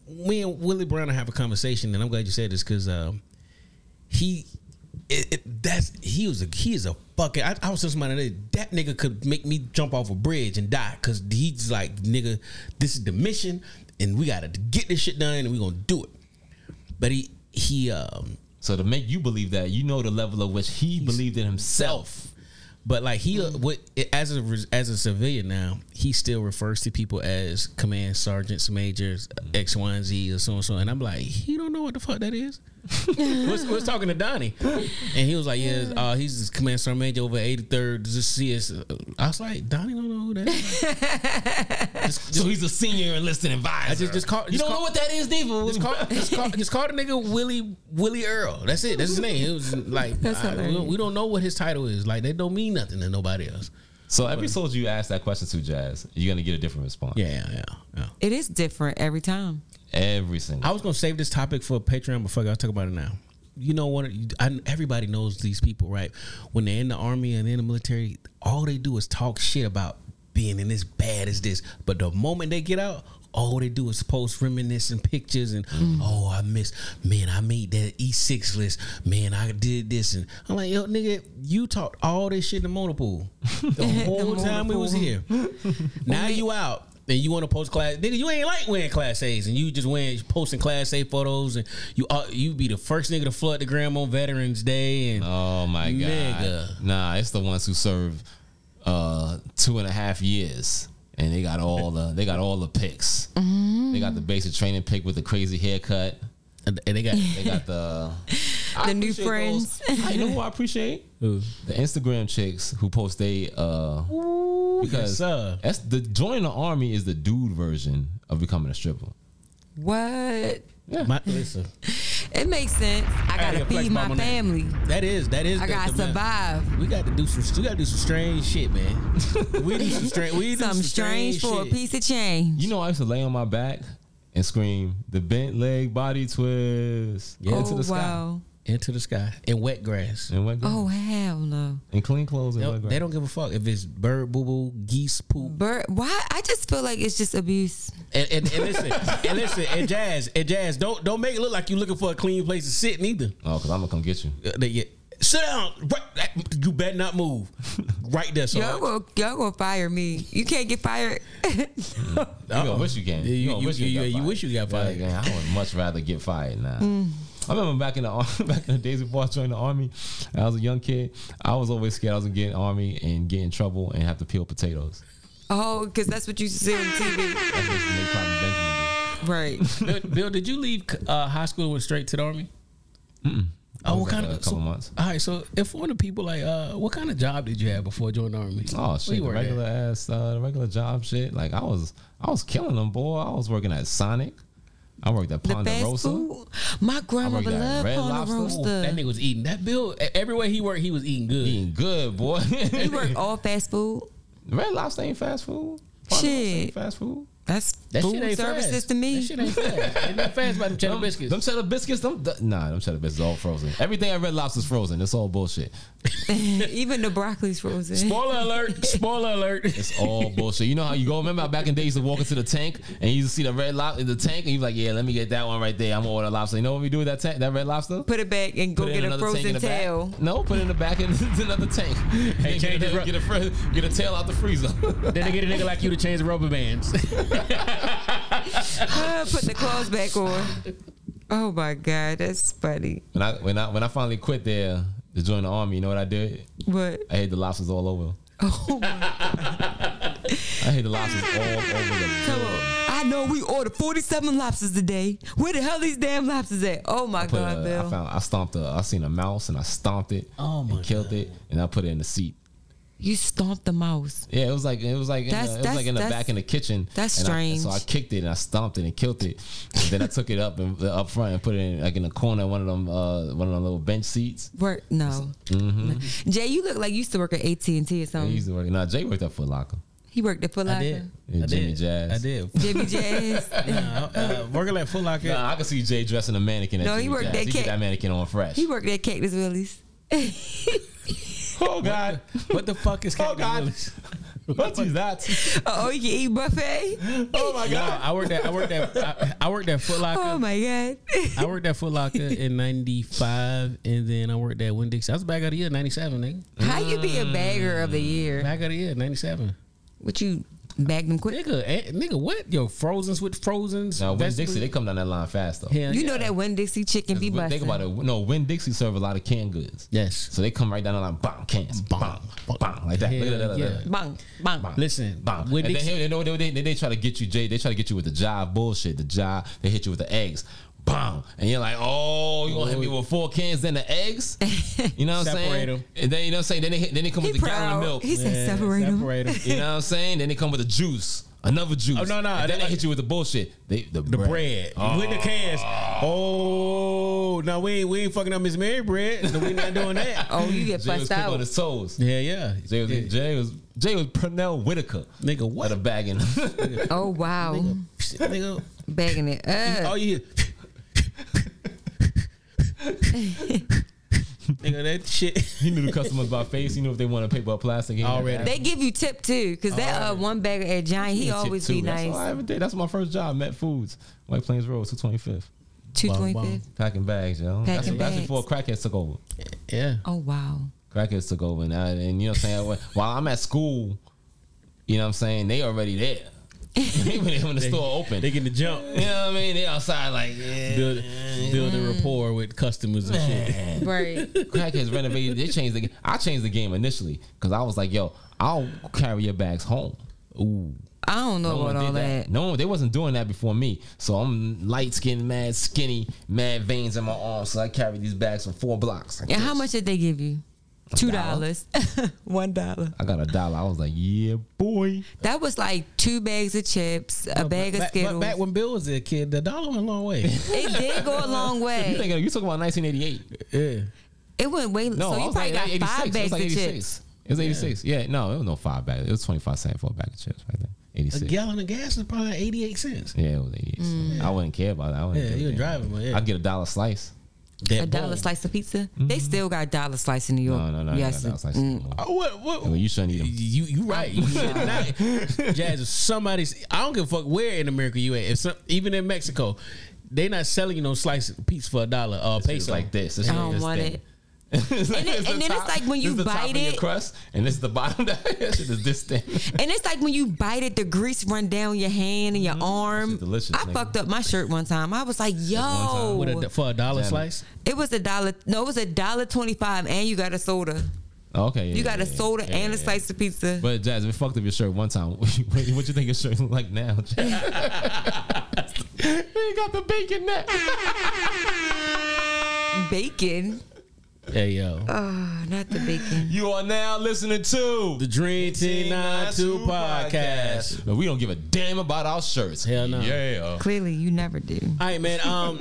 me and Willie Brown have a conversation, and I'm glad you said this because um, he. It, it, that's he was a he is a fucking. I, I was telling somebody today, that nigga could make me jump off a bridge and die because he's like nigga, this is the mission and we gotta get this shit done and we gonna do it. But he he um So to make you believe that, you know the level of which he believed in himself. But like he, uh, what as a as a civilian now, he still refers to people as command sergeants, majors, X, Y, and Z, or so and so. And I'm like, he don't know what the fuck that is. was, was talking to Donnie, and he was like, "Yeah, uh, he's this command sergeant major over 83rd. Just see us." I was like, "Donnie don't know who that is." So he's a senior enlisted advisor. I just just call. Just you don't call, know what that is, David. Just call, just, call, just call the nigga Willie Willie Earl. That's it. That's his name. It was like That's I- we hilarious. don't- we don't know what his title is. Like that don't mean nothing to nobody else. So every soldier you ask that question to, Jazz, you're gonna get a different response. Yeah, yeah, yeah. yeah. It is different every time. Every single. I was gonna save this topic for Patreon, but fuck, it, I'll talk about it now. You know what? I, everybody knows these people, right? When they're in the army and in the military, all they do is talk shit about being in as bad as this. But the moment they get out, all they do is post reminiscing pictures and oh, I miss man, I made that E six list. Man, I did this, and I'm like, yo, nigga, you talked all this shit in the motor pool the whole The time we was motor pool. here here. now you out and you want to post class, nigga. You ain't like wearing class A's, and you just wearing posting class A photos, and you uh, you be the first nigga to flood the gram on Veterans Day, and Oh my god. Nigga. Nah, it's the ones who serve uh two and a half years. And they got all the they got all the picks. Mm-hmm. They got the basic training pick with the crazy haircut. and they got They got the I The new appreciate those. I you know who I appreciate the Instagram chicks who post they uh yes, because sir. that's the joining the army is the dude version of becoming a stripper. What? my, listen. It makes sense. I gotta gotta flex feed about my my name. family. That is that is. I the- gotta the- survive. We got to do some. We got to do some strange shit, man. we do some strange. We do Something some strange, strange for a shit. piece of change. You know, I used to lay on my back and and scream the bent leg body twist Yeah. into oh, the sky wow. Into the sky in wet grass. and wet grass. Oh, hell no. and clean clothes and They wet don't, grass. they don't give a fuck if it's bird boo boo, geese poop. Bird, why? I just feel like it's just abuse. And, and, and listen, and listen, and jazz, and jazz. Don't don't make it look like you looking for a clean place to sit. Neither. Oh, because I'm gonna come get you. Uh, They get, sit down. Right- You better not move. Right there. So Y'all gonna, y'all gonna fire me. You can't get fired. You gonna wish you can. Uh-uh. Yeah, you- gonna you- wish you- got you fired. wish you got fired. Yeah, yeah, I would much rather get fired now. Mm. I remember back in the ar- back in the days before I joined the army, I was a young kid. I was always scared I was gonna get in the army and get in trouble and have to peel potatoes. Oh, because that's what you see on TV. That's what they probably Benjamin Right. Bill, Bill, did you leave uh, high school and went straight to the army? I Oh, was what at kind a of couple months. All right, so inform the people like, uh, what kind of job did you have before joining the army? did. Oh Where shit, you the worked at? regular ass, uh, the regular job shit. Like I was, I was killing them, boy. I was working at Sonic. I worked at The Ponderosa. fast food. My grandmother I worked at loved Red Ponderosa. Lobster. That nigga was eating. That Bill, e, everywhere he worked, he was eating good. Being good, boy. You work all fast food. Red Lobster ain't fast food. Ponderosa ain't Shit. fast food. That's That food shit ain't services fast. to me. That shit ain't fast. Ain't that fast by them cheddar biscuits. Them cheddar biscuits, them th- nah, them cheddar biscuits all frozen. Everything at Red Lobster's frozen. It's all bullshit. Even the broccoli's frozen. Spoiler alert! Spoiler alert! It's all bullshit. You know how you go? Remember how back in the day you used to walk into the tank and you used to see the red lobster in the tank and you be like, yeah, let me get that one right there. I'm gonna order lobster. You know what we do with that tank, that red lobster? Put it back and go Put it in get a another tank in frozen the back. tail. No, put it in the back and another tank. Hey, change get, the a, ru- get, a, fr- get a tail out the freezer. then they get a nigga like you to change the rubber bands. Ah, Put the clothes back on. Oh my god, that's funny. when I when I when I finally quit there to join the army, you know what I did? What? I hate the lobsters all over. Oh my I hate the lobsters all over the Come on. I know we ordered 47 lobsters today. Where the hell these damn lobsters at? Oh my put god, a- Bill. I found I stomped a I seen a mouse and I stomped it Oh my and killed it and I put it in the seat. you stomped the mouse. Yeah, it was like it was like in the, That's- it was like that's- in the that's- back in the kitchen. that's and I- and so I strange. kicked it and I stomped it and killed it. And then I took it up and up front and put it in like in the corner of one of them uh, one of them little bench seats. Work no. Jay, you look like you used to work at AT and T or I something. Mm-hmm. used to work. Now Jay worked at Foot Locker. He worked at Foot Locker. Yeah, I Jimmy did. Jazz. I did. Jimmy Jazz. Nah, uh, working at Foot Locker. Nah, I could see Jay dressing a mannequin. At No, he Jimmy worked Jazz. that He get cat- that mannequin on fresh. he worked at Cactus Willie's. oh God, What the fuck is? oh Captain God, Willis? what is that? Oh, you can eat buffet. Oh my Nah, God. I worked at I worked at I, I worked at Foot Locker. Oh my god. I worked at Foot Locker in '95, and then I worked at Winn Dixie. I was back out of year '97, nigga. How you be a bagger of the Mm. year? Back out of year '97, Would you bag them quick? nigga. eh, nigga, what? Yo, Frozen's with Frozen's. Now Win vegetables? Dixie, they come down that line fast though. Hell You yeah. know that Winn Dixie chicken be But Think about busting. it. No, Win Dixie serve a lot of canned goods. Yes. So they come right down the line, bang, cans, bang, bang, like that. Look at that, look at Yeah. that. Bang, bang. Listen, Bang. Winn and then Dixie- they, know they, they, they try to get you, Jay. They try to get you with the jive bullshit. The jive, they hit you with the eggs. Bang. And you're like, oh, you gonna hit me with four cans, then the eggs? You know what I'm saying? Separate 'em. And then you know what I'm saying? Then they hit, then they come He with the gallon of proud. milk. He said Yeah, separate them. separate 'em. You know what I'm saying? Then they come with the juice. Another juice. Oh, no, no, And they then they like- hit you with the bullshit. They, the, The bread. bread with the cans. Oh, no, we ain't, we ain't fucking up Miss Mary bread. No, we not doing that. Oh, you get Jay was fussed quick on out. his toes. Yeah, yeah. Jay was, Yeah. Jay was, Jay was Pernell Whitaker. Nigga, What what? a bagging. Oh wow, Nigga, bagging it Uh, all up. you hear. Nigga, that shit. He knew the customers by face. He knew if they wanted paper or plastic. He Already. had to ask. They give you tip too, cause that uh, one bagger at Giant, he Tip always too. be That's all I nice. ever did. That's my first job. Met Foods, White Plains Road, two twenty fifth. Two twenty Wow, wow. fifth. Packing bags, yo. that's, Packing that's bags. before crackheads took over. Yeah. Oh wow. Crackheads took over, and, I, and you know what I'm saying. When- While I'm at school, you know what I'm saying they already there. they when, they- when the store opened, They getting the jump. you know what I mean. They outside like yeah. Build, build a rapport with customers and shit. Right. crackheads renovated. They changed the. game. I changed the game initially because I was like, yo, I'll carry your bags home. Ooh. I don't know No one about did all that. No, they wasn't doing that before me. So I'm light skinned, mad skinny, mad veins in my arms. So I carry these bags for four blocks. Like And how this. much did they give you? Two dollar? dollars. One dollar. I got a dollar. I was like, yeah, boy. That was like two bags of chips, a bag of Back- Skittles. But back when Bill was a kid, the dollar went a long way. it did go a long You way. think you talking about 1988? yeah. It went way. No, so I you was probably like got 86. five it was bags like of 86. chips. It was 86. Yeah. no, it was no five bags. It was 25 cent for a bag of chips right there. eighty A six. Yeah, gallon of gas is probably like 88 cents. it was eighty six. Mm. I wouldn't care about that. I wouldn't Yeah, give you were a damn. driving, but yeah. I'd get a dollar slice. That A dollar boom. slice of pizza? They still got dollar slice in New York. Mm-hmm. No, no, no. Yes. Yes, dollar slice. Mm. Oh, what, what, I mean, you shouldn't eat 'em. You you right. You should not. Jazz, if somebody's I don't give a fuck where in America you at. If some, even in Mexico, they not selling you no slice of pizza for a dollar or a It's peso. like this. It's I like don't this want thing. it. It's like- And it- the and then it's top- like when this you is the top bite of your it- crust, and this is the bottom. That is this thing. And it's like when you bite it, the grease run down your hand and your arm. shit delicious, I nigga. fucked up my shirt one time. I was like, yo, With a, for a dollar Damn. slice. it was a dollar. No, it was a dollar twenty five, and you got a soda. Okay, yeah, You got yeah, a yeah, soda yeah, and a yeah. slice of pizza. But Jazz, we fucked up your shirt one time. what you think your shirt look like now? Jazz? you got the bacon neck. Bacon. Hey yo. Oh, not the bacon. You are now listening to the Dream Team 92 podcast. But we don't give a damn about our shirts. Hell no. Yeah. Clearly, you never do. All right, man. Um,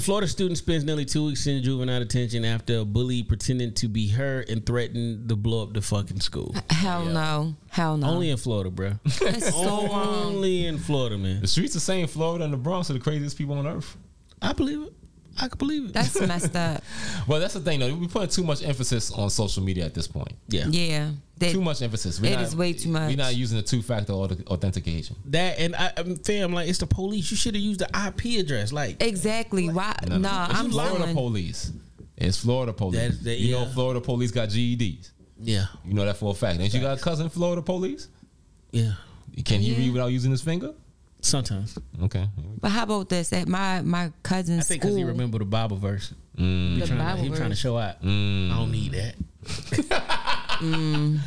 Florida student spends nearly two weeks in juvenile detention after a bully pretended to be her and threatened to blow up the fucking school. Hell no. Hell no. Only in Florida, bro. That's so wrong. Only in Florida, man. The streets the same. Florida and the Bronx are the craziest people on earth. I believe it. I can believe it. That's messed up. Well, that's the thing though. We putting too much emphasis on social media at this point. yeah. Yeah. That- Too much emphasis. It is way too much. We're not using the two factor authentication. That and I, I'm fam, like it's the police. You should have used the IP address. Like Exactly. Why? No, It's I'm Florida lying. police. It's Florida police. That's the- You know, yeah. Florida police got GEDs. yeah, You know that for a fact. Ain't you got a cousin Florida police? yeah. Can he Yeah. read without using his finger? Sometimes Okay. But how about this? At my my I cousin's think school, because he remember the Bible verse. Mm. the Trying to- Bible he trying to verse- show out. I don't need that. Mm.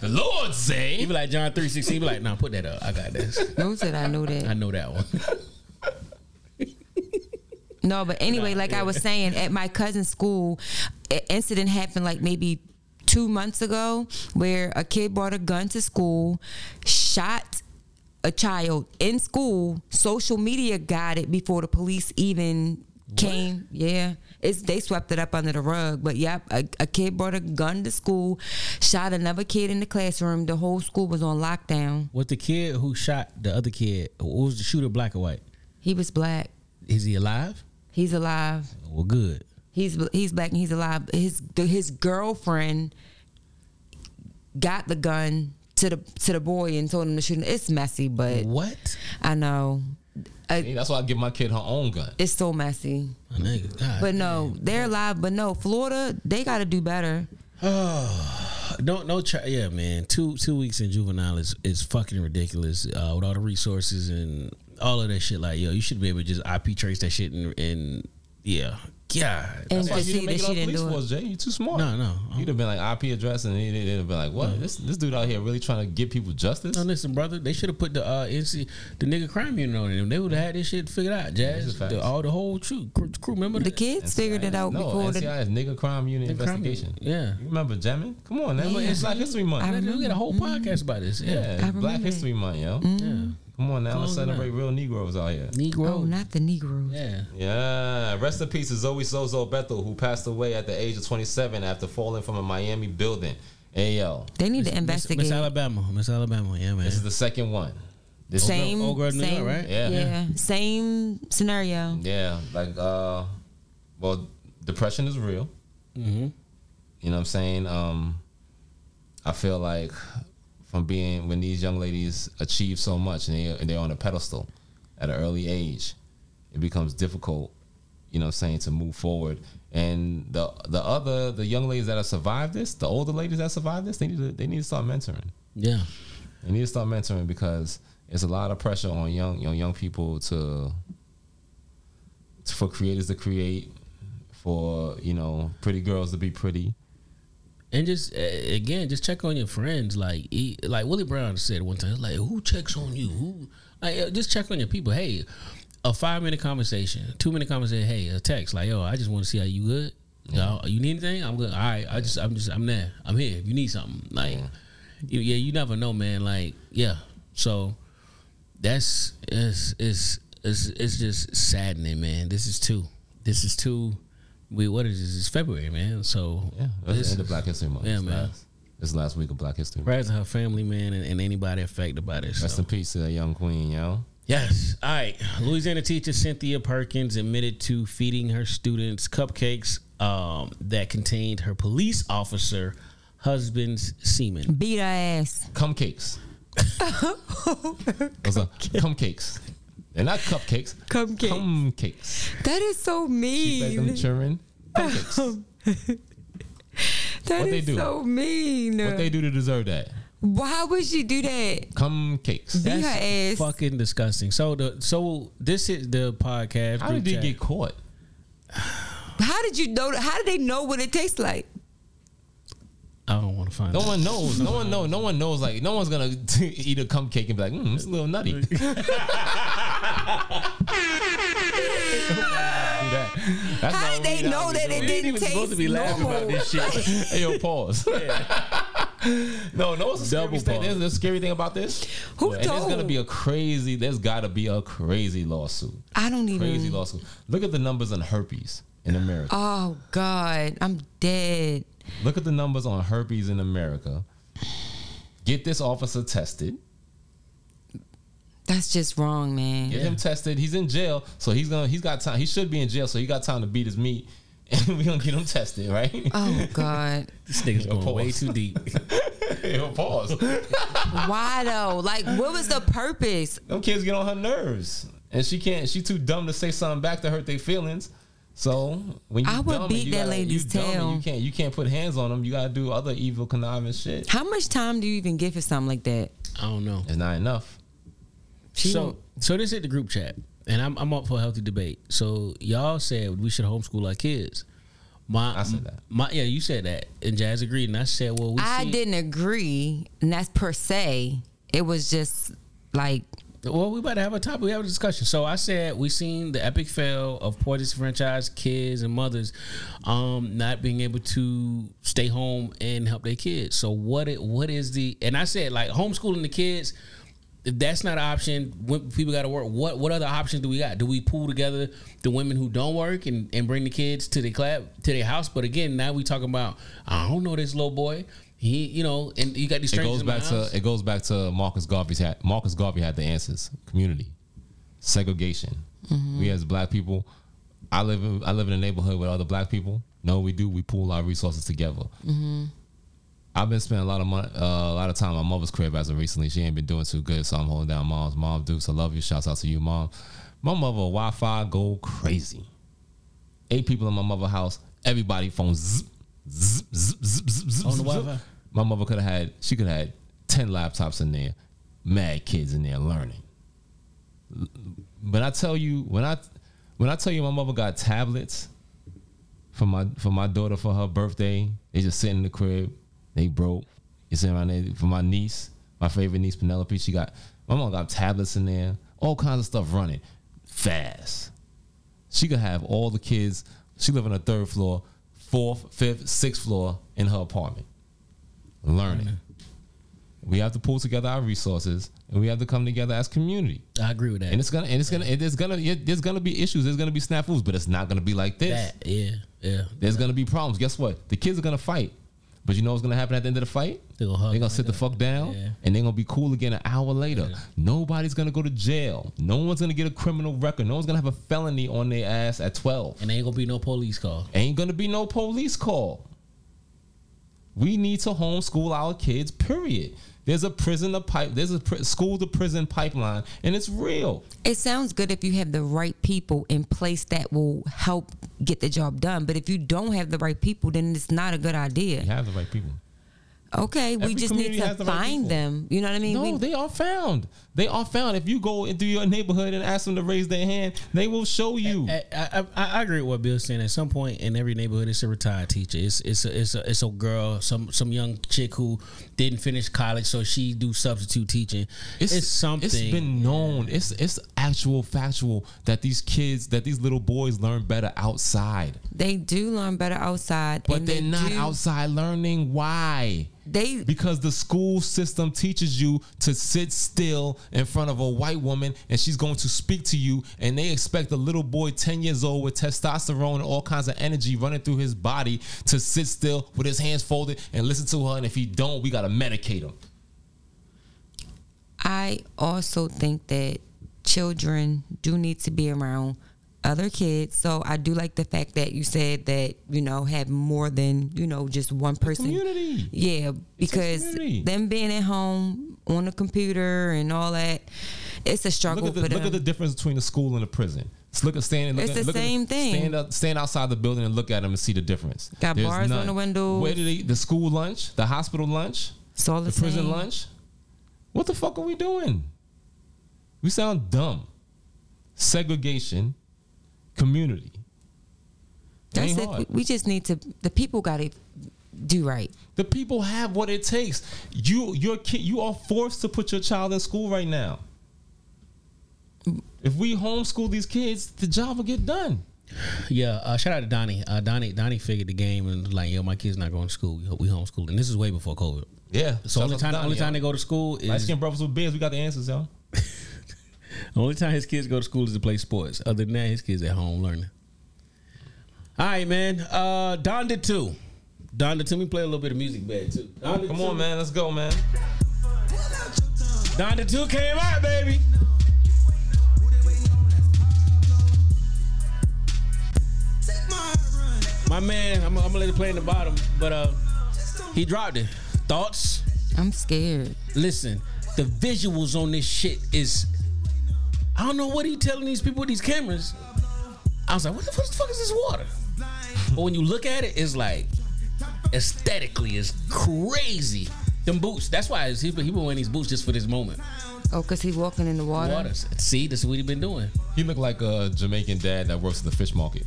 The Lord He say. be like John three sixteen. He be like, nah, put that up. I got this. Who said I know that? I know that one. No, but anyway, like I was saying, at my cousin's school, an incident happened like maybe two months ago where a kid brought a gun to school, shot a child in school. Social media got it before the police even came. Yeah, it's they swept it up under the rug. But yep, a, a kid brought a gun to school, shot another kid in the classroom. The whole school was on lockdown. Was the kid who shot the other kid? Was the shooter black or white? He was black. Is he alive? He's alive. Well, good. He's he's black and he's alive. His his girlfriend got the gun to the to the boy and told him to shoot him. It's messy, but What? I know Uh, That's why I give my kid her own gun. it's so messy. My nigga, God. But no, they're alive. But no, Florida, they got to do better. No, no, chi- yeah, man. Two two weeks in juvenile is, is fucking ridiculous. Uh, with all the resources and all of that shit, like yo, you should be able to just IP trace that shit and, and yeah, yeah. And That's to why you see that didn't make it she on didn't police do it. force, Jay. You too smart. No, no. You'd have been like IP address, and they'd they'd have been like, "What? This this dude out here really trying to give people justice?" No, listen, brother. They should have put the uh, NC the nigga crime unit on them. They would have had this shit figured out. This Jazz, is facts. the, all the whole crew, crew, crew member. The kids figured it out no, before the. NCI is nigga crime unit Nigga Crime investigation. Unit, yeah. you remember jamming? Come on, man. Yeah. It's Black History Month. I They- they- We got a Mm-hmm. whole podcast about this. Yeah, yeah, I it's Black remember History Month, yo. Come on now, let's celebrate real Negroes out here. Negro. Oh, not the Negroes. yeah. Yeah, rest in peace to Zoe Sozo Bethel, who passed away at the age of 27 after falling from a Miami building. Hey, yo, They need to Miss, investigate. Miss Alabama, Miss Alabama. Yeah, man. this is the second one. This same, old girl in New York, same, right? Yeah. Yeah. same scenario. Yeah, like, uh, well, depression is real. mm-hmm. hmm You know what I'm saying? Um, I feel like from being when these young ladies achieve so much and, they, and they're on a pedestal at an early age, it becomes difficult. You know what I'm saying to move forward. And the the other the young ladies that have survived this, the older ladies that survived this, they need to they need to start mentoring. Yeah. They need to start mentoring because it's a lot of pressure on young on young people to, to for creators to create, for you know pretty girls to be pretty. And just uh, again, just check on your friends. Like, he, like Willie Brown said one time, like, who checks on you? Who? Like, uh, just check on your people. Hey, a five minute conversation, two minute conversation. Hey, a text. Like, yo, I just want to see how you good. Yo, you need anything? I'm good. All right. I just, I'm just, I'm there. I'm here. If you need something, like, you, yeah, you never know, man. Like, yeah. So that's it's it's it's it's just saddening, man. This is too. This is too. We what is this? It's February, man. So Yeah, that's this the is- end of Black History Month. Yeah, It's man. last. this last week of Black History. Rest her family, man, and, and anybody affected by this. Rest so. in peace to that young queen, yo. Yes. All right. Louisiana teacher Cynthia Perkins admitted to feeding her students cupcakes um, that contained her police officer husband's semen. Beat her ass. Cum cakes. Those are cum cakes. They're not cupcakes. Cum cake. Cum cakes. that is so Like them mean. children. Cum cakes. That what they is do? so mean. What they do to deserve that? Why would she do that? Cum cakes. Beat her ass. fucking disgusting. So the so this is the podcast. How group did they chat. get caught? How did you know? How did they know what it tastes like? I don't want to find. No out. one knows. No one knows. No one knows. Like no one's gonna eat a cum cake and be like, mm, it's a little nutty. Do that. That's How the did they only know time that we it do didn't even taste supposed to be laughing normal? about this shit. Hey, yo, pause. no, no, it's a Double scary thing. pause. There's a scary thing about this. Who And there's gonna told? be a crazy. There's gotta be a crazy lawsuit. I don't even. Crazy lawsuit. Look at the numbers on herpes in America. Oh God, I'm dead. Look at the numbers on herpes in America. Get this officer tested. That's just wrong, man. Get him tested. He's in jail, so he's gonna. He's got time. He should be in jail, so he got time to beat his meat. And we gonna get him tested, right? Oh God, This nigga's going pause. way too deep. Yo, pause. why though? Like, what was the purpose? Them kids get on her nerves, and she can't. She too dumb to say something back to hurt their feelings. So when you I would dumb and beat you that gotta- lady's you dumb and tail. You can't. You can't put hands on them. You gotta do other evil conniving shit. How much time do you even give for something like that? I don't know. It's not enough. She So so this is the group chat, and I'm I'm up for a healthy debate. So y'all said we should homeschool our kids. My I said that. My yeah, you said that, and Jazz agreed, and I said, well, we I see- didn't agree, and that's per se. It was just like Well, we about to have a topic. We have a discussion. So I said we seen the epic fail of poor disenfranchised kids and mothers, um, not being able to stay home and help their kids. So what? It, what is the? And I said like homeschooling the kids. If that's not an option, when people got to work. What what other options do we got? Do we pool together the women who don't work and, and bring the kids to the club to their house? But again, now we talking about I don't know this little boy. He you know, and you got these It strangers. goes in my back house. to. It goes back to Marcus Garvey's hat. Marcus Garvey had the answers. Community, segregation. Mm-hmm. We as black people. I live. In, I live in a neighborhood with other black people. No, we do. We pool our resources together. Mm-hmm. I've been spending a lot of money, uh, a lot of time at my mother's crib as of recently. She ain't been doing too good, so I'm holding down mom's. Mom Dukes, I love you. Shouts out to you, mom. My mother Wi-Fi go crazy. Eight people in my mother house. Everybody phone zip, zip, zip, zip, zip, zip, On the zip, Wi-Fi? zip. My mother could have had. She could have had ten laptops in there, mad kids in there learning. When I tell you, when I when I tell you, my mother got tablets for my for my daughter for her birthday. They just sitting in the crib. They broke. It's sitting around there for my niece, my favorite niece Penelope. She got my mom got tablets in there, all kinds of stuff running fast. She could have all the kids. She live on the third floor, fourth, fifth, sixth floor in her apartment, learning. We have to pull together our resources, and we have to come together as community. I agree with that. And it's gonna, and it's gonna, and there's gonna, there's gonna be issues. There's gonna be snafus, but it's not gonna be like this. that yeah yeah. There's gonna be problems. Guess what? The kids are gonna fight. But you know what's gonna happen at the end of the fight? They gonna hug They're gonna like sit the that. fuck down Yeah. and they're gonna be cool again an hour later. Nobody's gonna go to jail. No one's gonna get a criminal record. No one's gonna have a felony on their ass at 12. and ain't gonna be no police call. Ain't gonna be no police call. We need to homeschool our kids, period. There's a prison to pipe, there's a pri- school to prison pipeline, and it's real. it sounds good if you have the right people in place that will help get the job done. But if you don't have the right people, then it's not a good You idea. have the right people. Okay, we Every just need community to has the right find people. them. You know what I mean? No, We- they are found. They are found. If you go into your neighborhood and ask them to raise their hand, they will show you. I, I, I I agree with what Bill's saying. At some point in every neighborhood, it's a retired teacher. It's it's a, it's a it's a girl, some some young chick who didn't finish college, so she do substitute teaching. It's, something. It's been known. It's it's actual factual that these kids, that these little boys, learn better outside, They do learn better outside, but and they're they not do- outside learning. Why? they because the school system teaches you to sit still in front of a white woman and she's going to speak to you and they expect a little boy 10 years old with testosterone and all kinds of energy running through his body to sit still with his hands folded and listen to her and if he don't we got to medicate him I also think that children do need to be around other kids. So I do like the fact that you said that, you know, have more than, you know, just one person. community. Yeah, because community. them being at home on the computer and all that, it's a struggle look at the, for look them. at the difference between a school and a prison Let's look at standing. Look It's at, the look at same thing. Stand up, stand outside the building and look at them and see the difference. Got bars on the windows. Where did they, the school lunch? The hospital lunch? it's all the, the prison same. lunch. What the fuck are we doing? We sound dumb. Segregation, community. It That's ain't it. hard. We- We just need to. The people got to do right. The people have what it takes. You, your kid, you are forced to put your child in school right now. If we homeschool these kids, the job will get done. Yeah, uh, shout out to Donnie. Uh, Donnie Donnie figured the game and was like, yo, my kid's not going to school. We homeschooled, and this is way before COVID. Yeah. So only time only time they go to school Light is skinned brothers with beards, we got the answers, y'all. only time his kids go to school is to play sports. Other than that, his kids at home learning. All right, man. Uh, Donda two, Donda two. We play a little bit of music bad too. Donda Come 2. on, man. Let's go, man. Donda two came out, baby. Take my run. My man, I'm, I'm gonna let it play in the bottom, but uh, he dropped it. Thoughts? I'm scared. Listen, the visuals on this shit is. I don't know what he telling these people with these cameras. I was like, what the fuck, fuck is this water? but when you look at it, it's like aesthetically, it's crazy. Them boots. That's why it's- he been, he been wearing these boots just for this moment. Oh, cause he walking in the water. Water. See, this is what he been doing. He looked like a Jamaican dad that works at the fish market.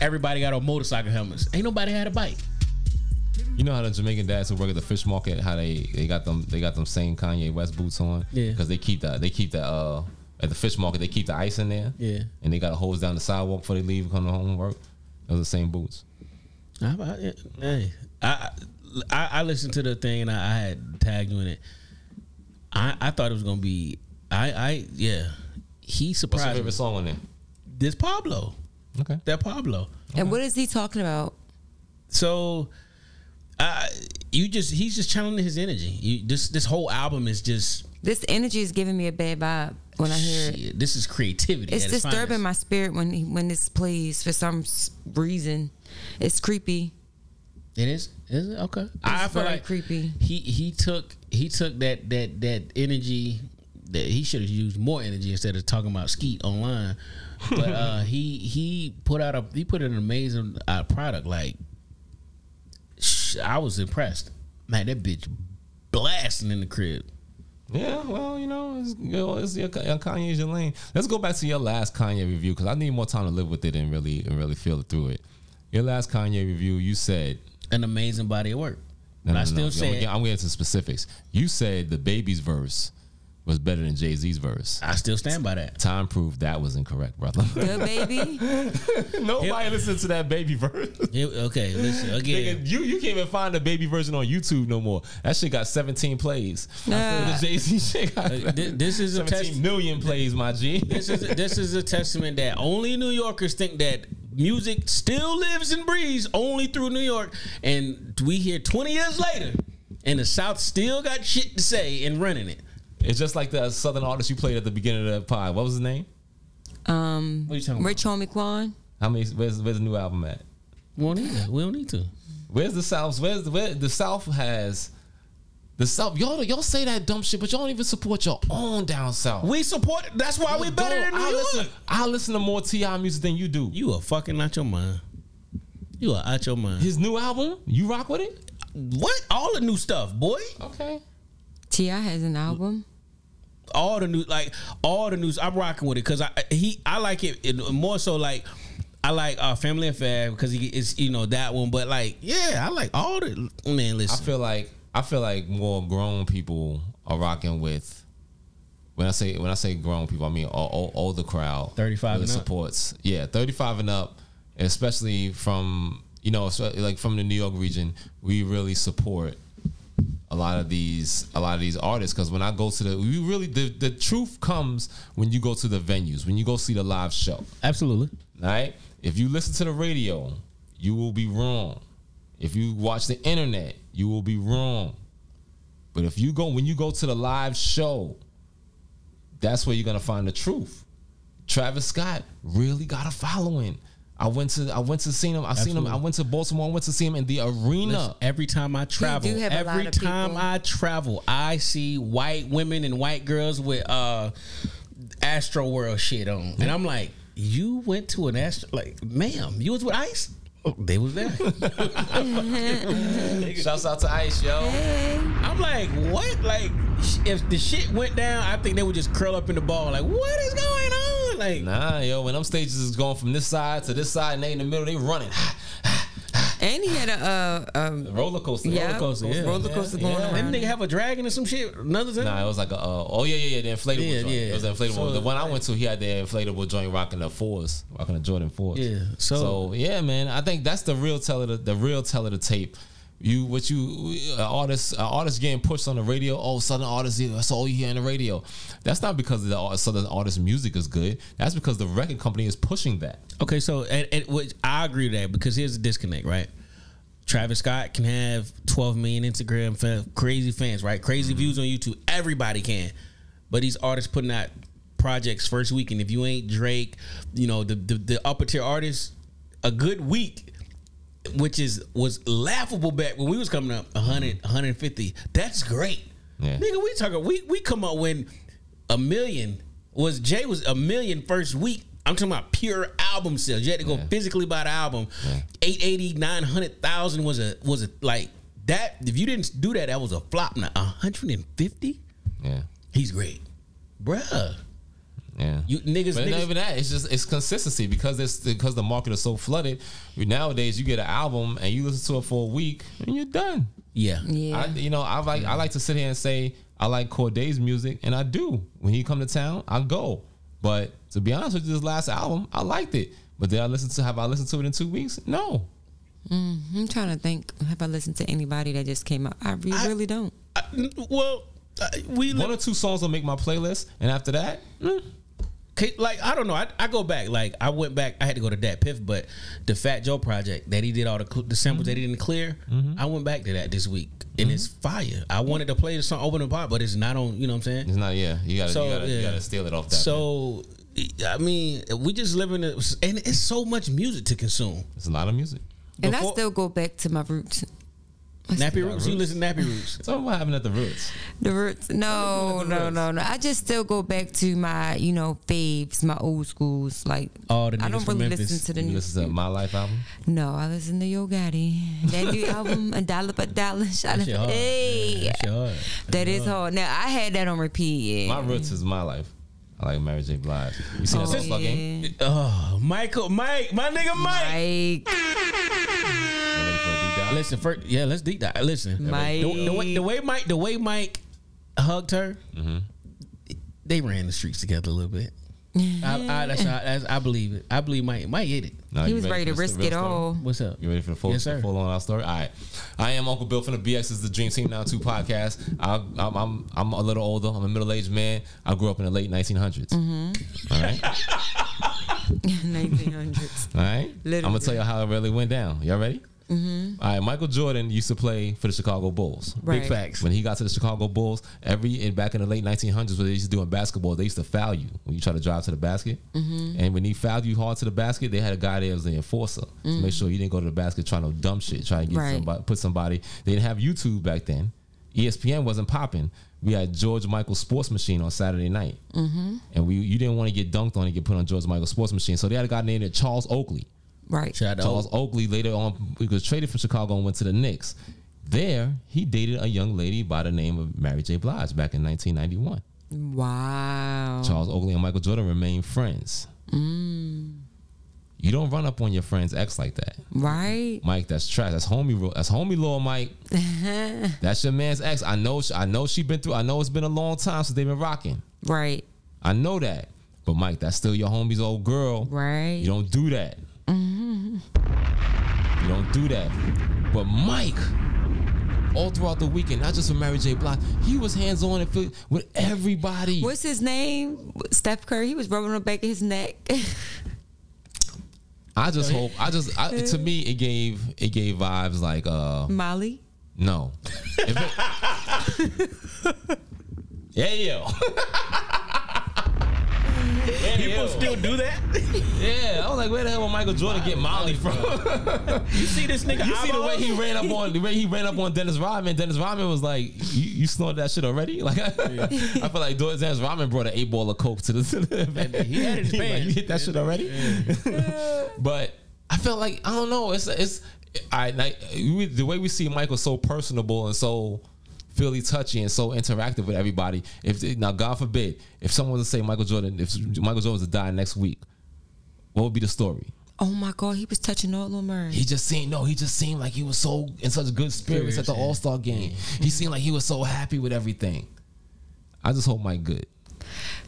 Everybody got on motorcycle helmets. Ain't nobody had a bike. You know how the Jamaican dads who work at the fish market, how they, they got them they got them same Kanye West boots on. Yeah. Because they keep that they keep that uh at the fish market they keep the ice in there. Yeah. And they got a hose down the sidewalk before they leave come home and work. Those are the same boots. How about it? eh, Hey, I, I I listened to the thing and I, I had tagged you in it. I I thought it was gonna be I I yeah. He What's your surprised me. favorite song on there? this Pablo Okay. that Pablo. Uh-huh. And what is he talking about? So, I you just he's just channeling his energy. You this this whole album is just This energy is giving me a bad vibe when I hear it. shit, this is creativity. It's at its disturbing finest. my spirit when he, when this plays for some s- reason. It's creepy. It is. Is it okay? very creepy. He he took he took that that that energy that he should have used more energy instead of talking about skeet online. But uh, he he put out a he put an amazing uh, product. Like sh- I was impressed. Man, that bitch blasting in the crib. Yeah, well, you know, it's, you know, it's your, your Kanye's your lane. Let's go back to your last Kanye review because I need more time to live with it and really and really feel through it. Your last Kanye review, you said, An amazing body of work. no, but I no, no, still no, I'm, said gonna- I'm going to get into specifics. You said the baby's verse was better than Jay Z's verse. I still stand by that. Time proved that was incorrect, brother. The baby. Nobody listened to that baby verse. Yeah, okay, listen Nigga, again. you you can't even find the baby version on YouTube no more. That shit got 17 plays. Nah. Jay Z shit got Uh, thi- this is a 17 test. million plays, my G. this is this is a testament that only New Yorkers think that music still lives and breathes only through New York, and we here twenty years later, and the South still got shit to say and running it. It's just like the southern artist you played at the beginning of the pod. What was his name? Um, What are you talking Rich Homie Quan. How many? Where's where's the new album at? We don't need that. We don't need to. Where's the South? Where's the where the South has the South? Y'all y'all say that dumb shit, but y'all don't even support your own down South. We support. That's why we better Dog, than New I York. listen, I listen to more Ti music than you do. You are fucking out your mind. You are out your mind. His new album, you rock with it? What? All the new stuff, boy. Okay. Ti has an album. all the news, like all the news. I'm rocking with it because I he I like it, it more so like I like uh, Family Affair because he is you know that one, but like yeah, I like all the man. I Listen, feel like I feel like more grown people are rocking with. When I say when I say grown people, I mean all, all, all the crowd, 35 really and up. supports. Yeah, thirty five and up, especially from you know so, like from the New York region, we really support lot of these a lot of these artists because when I go to the we really the, the truth comes when you go to the venues when you go see the live show Absolutely. right? If you listen to the radio, you will be wrong. If you watch the internet, you will be wrong. But if you go when you go to the live show, that's where you're gonna find the truth. Travis Scott really got a following. I went to I went to see him. I seen him. I Absolutely. went to Baltimore. I went to see him in the arena. Every time I travel, have a lot every of time people- I travel, I see white women and white girls with uh Astro World shit on, and I'm like, you went to an Astro, like, ma'am, you was with Ice. Oh, they was there. Shouts out to Ice, yo. I'm like, what? Like, sh- if the shit went down, I think they would just curl up in the ball. Like, what is going on? Like, Nah, yo. When them stages is going from this side to this side, and they in the middle, they running. And he had a uh, um, roller coaster. yeah, Roller coaster, yeah. roller coaster Yeah, going yeah. around. Them nigga have a dragon or some shit. Another thing. Nah, it was like a uh, oh yeah yeah yeah the inflatable Yeah, joint. yeah. It was the inflatable. So- the one I went to, he had the inflatable joint rocking the fours, rocking the Jordan fours. Yeah, so- So, yeah, man, I think that's the real tell of the, the real tell of the tape. You what you an artist an artist getting pushed on the radio. Oh, southern artists, yeah, that's all you hear on the radio. That's not because the art- southern artist music is good. That's because the record company is pushing that. Okay, so and, and which I agree with that because here's the disconnect, right? Travis Scott can have 12 million Instagram fan, crazy fans, right? Mm-hmm. Crazy views on YouTube. Everybody can, but these artists putting out projects first week, and if you ain't Drake, you know the the, the upper tier artists, a good week, which is was laughable back when we was coming up 100, 150. That's great, Mm-hmm. Yeah. nigga. We talking we we come up when a million was Jay was a million first week. I'm talking about pure album sales. You had to go Yeah. physically buy the album. Yeah. 880, 900,000 was a was a like that. If you didn't do that, that was a flop. Now 150, Yeah, he's great, bruh. yeah. You niggas, But niggas not even that. It's just it's consistency because it's because the market is so flooded. Nowadays, you get an album and you listen to it for a week and you're done. yeah. yeah, I, you know, I like I like to sit here and say I like Corday's music, and I do. When he come to town, I go. But to be honest with you, this last album, I liked it. But did I listen to? Have I listened to it in two weeks? No. I'm trying to think. Have I listened to anybody that just came out? I, re- I- really don't. I- n- well, I- we One or two songs will make my playlist, and after that, mm, Okay, like I don't know. I, I go back. Like I went back. I had to go to that Piff, but the Fat Joe project that he did all the cl- the samples that he didn't clear. Mm-hmm. I went back to that this week, and it's fire. I wanted to play the song "Open the Pot," but it's not on. You know what I'm saying? it's not. Yeah, you gotta So, you, gotta, you yeah. gotta steal it off that. So, I mean, we just live in a, and it's so much music to consume. it's a lot of music. And I Before- still go back to my roots. Nappy Roots, you Roots. listen to Nappy Roots. So what happened at the roots? The roots. No, the no, roots. no, no. I just still go back to my, you know, faves, my old schools. Like All the I niggas don't from really Memphis. listen to the You new. listen to my life album. No, I listen to Yo Gotti. That new album, a dollar for dollar, shot That of shit hard. hey. That shit hard. That is hard. Now I had that on repeat. Yeah. My roots is my life. I like Mary J. Blige. You seen that Oh, little slug game? yeah. Oh, Michael, Mike, my nigga, Mike. Like You ready for a deep dive? Listen, first, yeah, let's deep dive. Listen, Mike. The, the way, the way Mike, the way Mike hugged her, Mm-hmm. they ran the streets together a little bit. I, I, that's, how- that's, I believe it. I believe Mike. Mike hit it. No, he you was ready to for this- risk the real it story? all. What's up? You ready for the full, Yes, sir. full on our story? All right. I am Uncle Bill from the BX is the Dream Team Now 2 podcast. I, I'm, I'm, I'm a little older. I'm a middle aged man. I grew up in the late 1900s. Mm-hmm. All right. All 1900s. right. Literally. Mm-hmm. I'm going to tell you how it really went down. Y'all ready? All right. Michael Jordan used to play for the Chicago Bulls. Right. facts. When he got to the Chicago Bulls, every in, back in the late 1900s, when they used to do in basketball, they used to foul you when you try to drive to the basket. Mm-hmm. And when he fouled you hard to the basket, they had a guy there that was the enforcer to Mm. make sure you didn't go to the basket trying to dumb shit, trying to get Right. somebody, put somebody. They didn't have YouTube back then. E ESPN wasn't popping. We had George Michael Sports Machine on Saturday night, and we you didn't want to get dunked on and get put on George Michael Sports Machine. So they had a guy named Charles Oakley. Right. Shout out Charles to Oakley later on he was traded from Chicago and went to the Knicks. There, he dated a young lady by the name of Mary J. Blige back in 1991. Wow. Charles Oakley and Michael Jordan remained friends. You don't run up on your friend's ex like that, Right. Mike. That's trash. That's homie rule. That's homie law, Mike. that's your man's ex. I know. She, I know she been through. I know it's been a long time since they've been rocking. Right. I know that. But Mike, that's still your homie's old girl. Right. You don't do that. You don't do that. But Mike, all throughout the weekend, not just with Mary J. Blige. He was hands on and feel- with everybody. What's his name? Steph Curry. He was rubbing the back of his neck. I just hope. I just I, to me it gave it gave vibes like uh Molly. no. If it- yeah yo. Yeah, People yo. still do that. yeah, I was like, where the hell would Michael Jordan get Molly from? You see this nigga? you see the way eyeballs? he ran up on the way he ran up on Dennis Rodman. Dennis Rodman was like, "You, you snorted that shit already." Like, I, I feel like Dennis Rodman brought an eight ball of coke to the, to the event. he had it in his He like, pants. you hit that shit already. but I felt like I don't know. It's it's I like we, the way we see Michael so personable and so. Philly touchy and so interactive with everybody. If now, God forbid, if someone was to say Michael Jordan, if Michael Jordan was to die next week, what would be the story? Oh my God, he was touching all on her. He just seemed no. He just seemed like he was so in such good spirits at the All Star game. He seemed like he was so happy with everything. I just hope Mike good.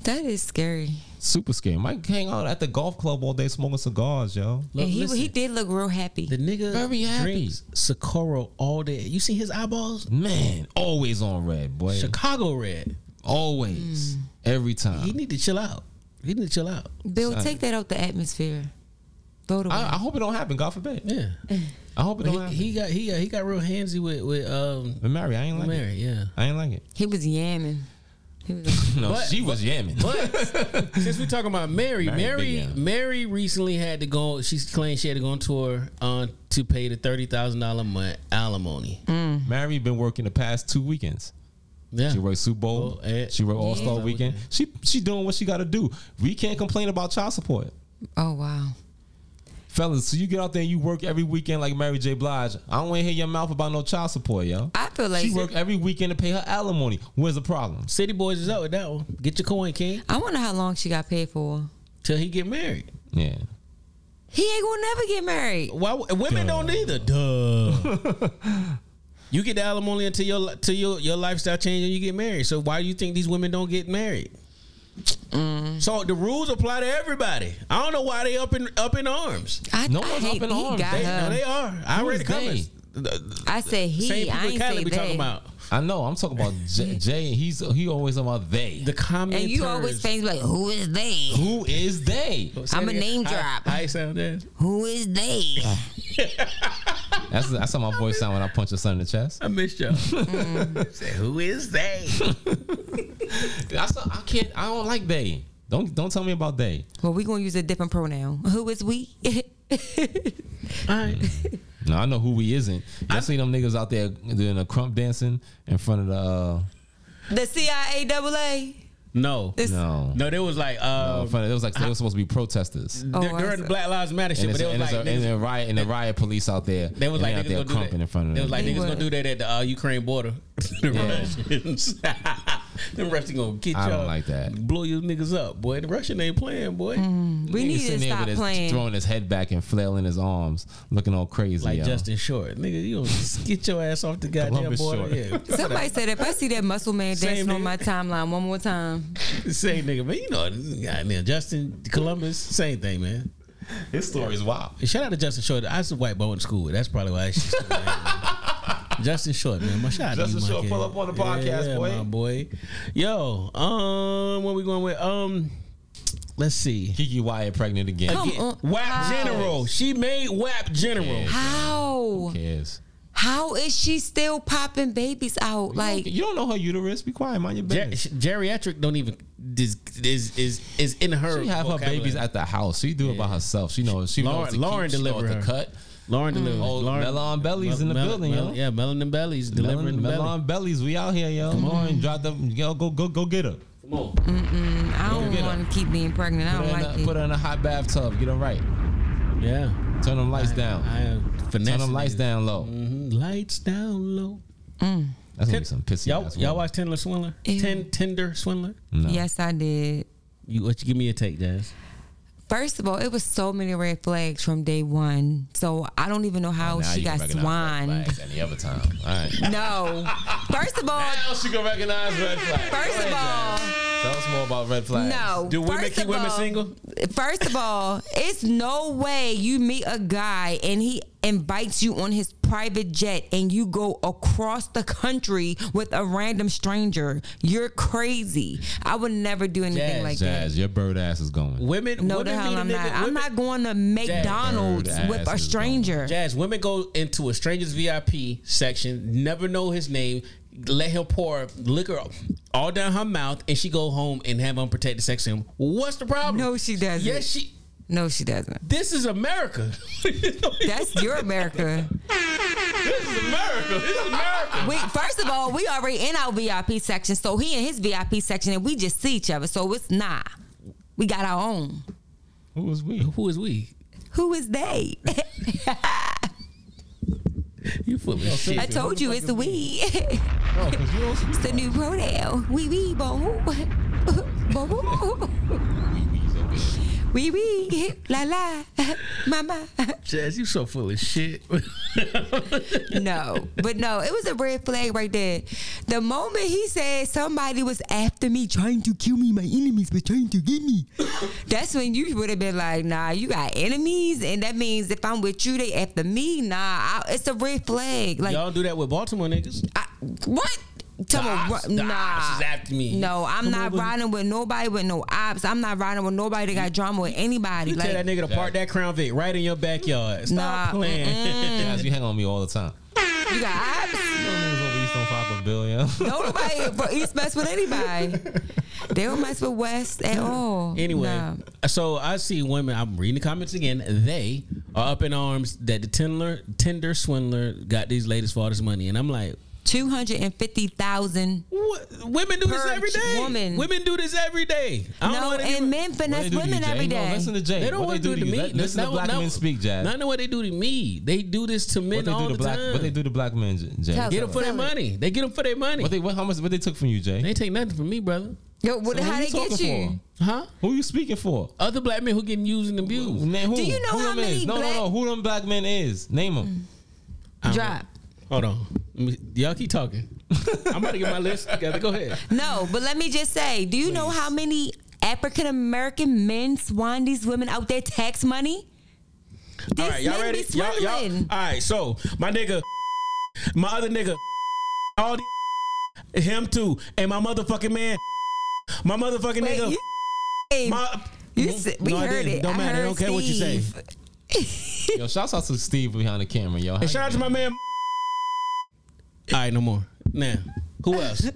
That is scary. Super scared. Mike hang out at the golf club all day smoking cigars, yo. Look, and he listen, he did look real happy. the nigga Very happy. drinks Socorro all day. You see his eyeballs? Man, always on red, boy. Chicago red. Always, Mm. every He time. need to chill out. He need to chill out. Bill, take that out the atmosphere. Throw it away. I, I hope it don't happen. God forbid. Yeah. I hope it don't But happen. he, he got he got he got real handsy with with um but Mary, I ain't like Mary. it. Yeah. I ain't like it. he was yamming. He was like, No, But- she was yamming. But since we're talking about Mary, Mary Big Mary, L. Mary recently had to go. She claimed she had to go on tour uh, to pay the thirty thousand dollar month alimony. Mary been working the past two weekends. Yeah, Mm. She wrote Super Bowl. Oh, eh. she wrote All Star Yeah. Weekend. She she doing what she got to do. We can't complain about child support, oh wow. fellas. So you get out there and you work every weekend like Mary J. Blige. I don't want to hear your mouth about no child support, yo. I feel like She work every weekend to pay her alimony. Where's the problem? City Boys is out with that one. Get your coin, King, I wonder how long she got paid for. till he get married. Yeah, He ain't gonna never get married. Why women don't either? Duh. you get the alimony until your till your your lifestyle change and you get married. So why do you think these women don't get married? Mm. So the rules apply to everybody. I don't know why they up in up in arms. I, No I one's hate up in he arms. got They, her. no, they are. I Who read the is comments. I said he. Same people E, I in ain't Cali say be they. talking about I know. I'm talking about J- Jay. He's he always about they. the comments. And you always think like, who is they? Who is they? I'ma name drop. Oh, I, sound that. Who is they? That's that's how my voice sound when I punch a son in the chest. I missed y'all. Mm. Say, who is they? That's I can't. I don't like they. Don't don't tell me about they. well, we gonna use a different pronoun. Who is we? All right. No, I know who we isn't. I see them niggas out there doing a crump dancing in front of the. Uh, the CIAA. No. It's- no, No, there was like Uh, in um, front of, it was like they were supposed to be protesters, and Oh, they're, I during see. the Black Lives Matter shit, but it's, they was and, like it's a, and niggas, the riot and the riot police out there. they was and like out niggas there gonna do crumping that. in front of they them. was like They niggas gonna would. do that at the uh, Ukraine border. the Russians. Them Russians gonna get I y'all. don't like that. Blow you niggas up, boy. The Russian ain't playing, boy. We Nigga need to sitting there stop with his- playing. throwing his head back and flailing his arms, looking all crazy. Like yo. Justin Short, nigga, you gonna just get your ass off the goddamn Columbus border. Yeah. Somebody said if I see that muscle man Same dancing nigga. on my timeline one more time, Same nigga, man. You know, goddamn Justin Columbus, same thing, man. his story's wild. And shout out to Justin Short. I was a white boy in school. That's probably why. I should still hang with him. Justin Short, man. My shout out to Justin you, my Short, kid. pull up on the podcast, yeah, boy. my boy. Yo, um, where we going with? Um, let's see. Kiki Wyatt pregnant again. Come Yeah, on. WAP How? General. She made WAP General. Yeah. how? Yes. How is she still popping babies out? Like you don't know her uterus. Be quiet, mind your Ger- business. geriatric don't even is is is, is in her. She have her vocabulary. babies at the house. She do it by herself. She knows. She Lauren- knows to Lauren keep, she knows deliver to her. cut. Lauren delivering. Oh, Lauren, Melon Belly's in the Mel- building, Mel- yo. Yeah, Melanin Belly's delivering the Melon, belly. melon bellies, we out here, yo. Come on, drop the yo, go go go get her. Come on. I don't get her. want to keep being pregnant. I Put don't her, in like a, put it. her in a hot bathtub. Get her right. Yeah. Turn them lights down. I uh, am Turn finessing them lights niggas. down low. Mhm, Lights down low. That's gonna be some pissy Y'all, ass. y'all woman. watch Tindler Swindler? Ew. Ten, Tinder Swindler? Yes, I did. You, what you give me a take, Jazz? First of all, it was so many red flags from day one. So I don't even know Oh, how Now Oh, she you got recognize red swine. flags Any other time. All right. No. First of all, Now she can recognize red flags. first of all, Tell us more about red flags. no. Do women First keep of women all- single? First of all, it's no way you meet a guy and he invites you on his private jet and you go across the country with a random stranger. You're crazy. I would never do anything Jazz, like that. Jazz, your bird ass is going. Women, No, women the hell meet a I'm nigga- not. I'm women- not going to McDonald's Bird with ass a is stranger. Jazz, women go into a stranger's VIP section, never know his name, let him pour liquor all down her mouth, and she go home and have unprotected sex with him. What's the problem? No, she doesn't. Yes, she. No, she doesn't. This is America. That's your America. this is America. This is America. We first of all, we already in our VIP section, so he in his VIP section, and we just see each other. So it's nah. We got our own. Who was we? Who is we? Who is they? You full of shit. I told you it's the we. it's Bro, because you also the new pronoun. We we boo. Boo, boo. Wee wee, la la, mama. Jazz, you so full of shit. No, but no, it was a red flag right there. The moment he said somebody was after me, trying to kill me, my enemies were trying to get me. That's when you would have been like, nah, you got enemies, and that means if I'm with you, they after me. Nah, I, it's a red flag. Like, Y'all do that with Baltimore niggas. I, what? Tell The me, ops- what- the ops nah. is after me. No, I'm Come not on, was- riding with nobody with no ops. I'm not riding with nobody that got drama with anybody. You like, Uh, tell that nigga to park that Crown Vic right in your backyard. Stop Nah, playing. Mm. Jazz, you hang on me all the time. you got ops. You know niggas over East on Five with Bill, yeah. Don't nobody for East mess with anybody. They don't mess with West at all. Anyway, Nah. so I see women. I'm reading the comments again. They are up in arms that the Tinder Tinder swindler got these ladies for all this money, and I'm like, two hundred and fifty thousand. what? women do this Per every ch- day. woman. Women do this every day. I don't know No, what and they do. men What they finesse do to you, women Jay? every No, day. listen to Jay. They don't what want they do to me. you. Let- Listen Not to what- black not- men speak, Jazz. Not know what they do to me. They do this to men What they all do to the black? time. What they do to black men, J- Jazz? Tell Get them. them for their Tell it. money. They get them for their money. What they? What, how much? What they took from you, Jay? they take nothing from me, brother. Yo, what, Who how you they get talking you? for? Huh? Who you speaking for? Other black men who getting used and abused. Man, who? Do you know who how them many is? No, black- no, no. Who them black men is? Name them. I don't- Drop. Hold on. Let me- Y'all keep talking. I'm about to get my list together. Go ahead. No, but let me just say, do you know how many African American men swan these women out their tax money? This All right, y'all ready? Y'all, y'all, all right, so my nigga, my other nigga, all the, him too, and my motherfucking man, my motherfucking Wait, nigga, you- Hey, my. you said- we No, I heard didn't. it. Don't I matter. heard Don't care what you say. Steve. Yo, shouts out to Steve behind the camera, yo. And shout out to my man. All right, no more. Now, who else?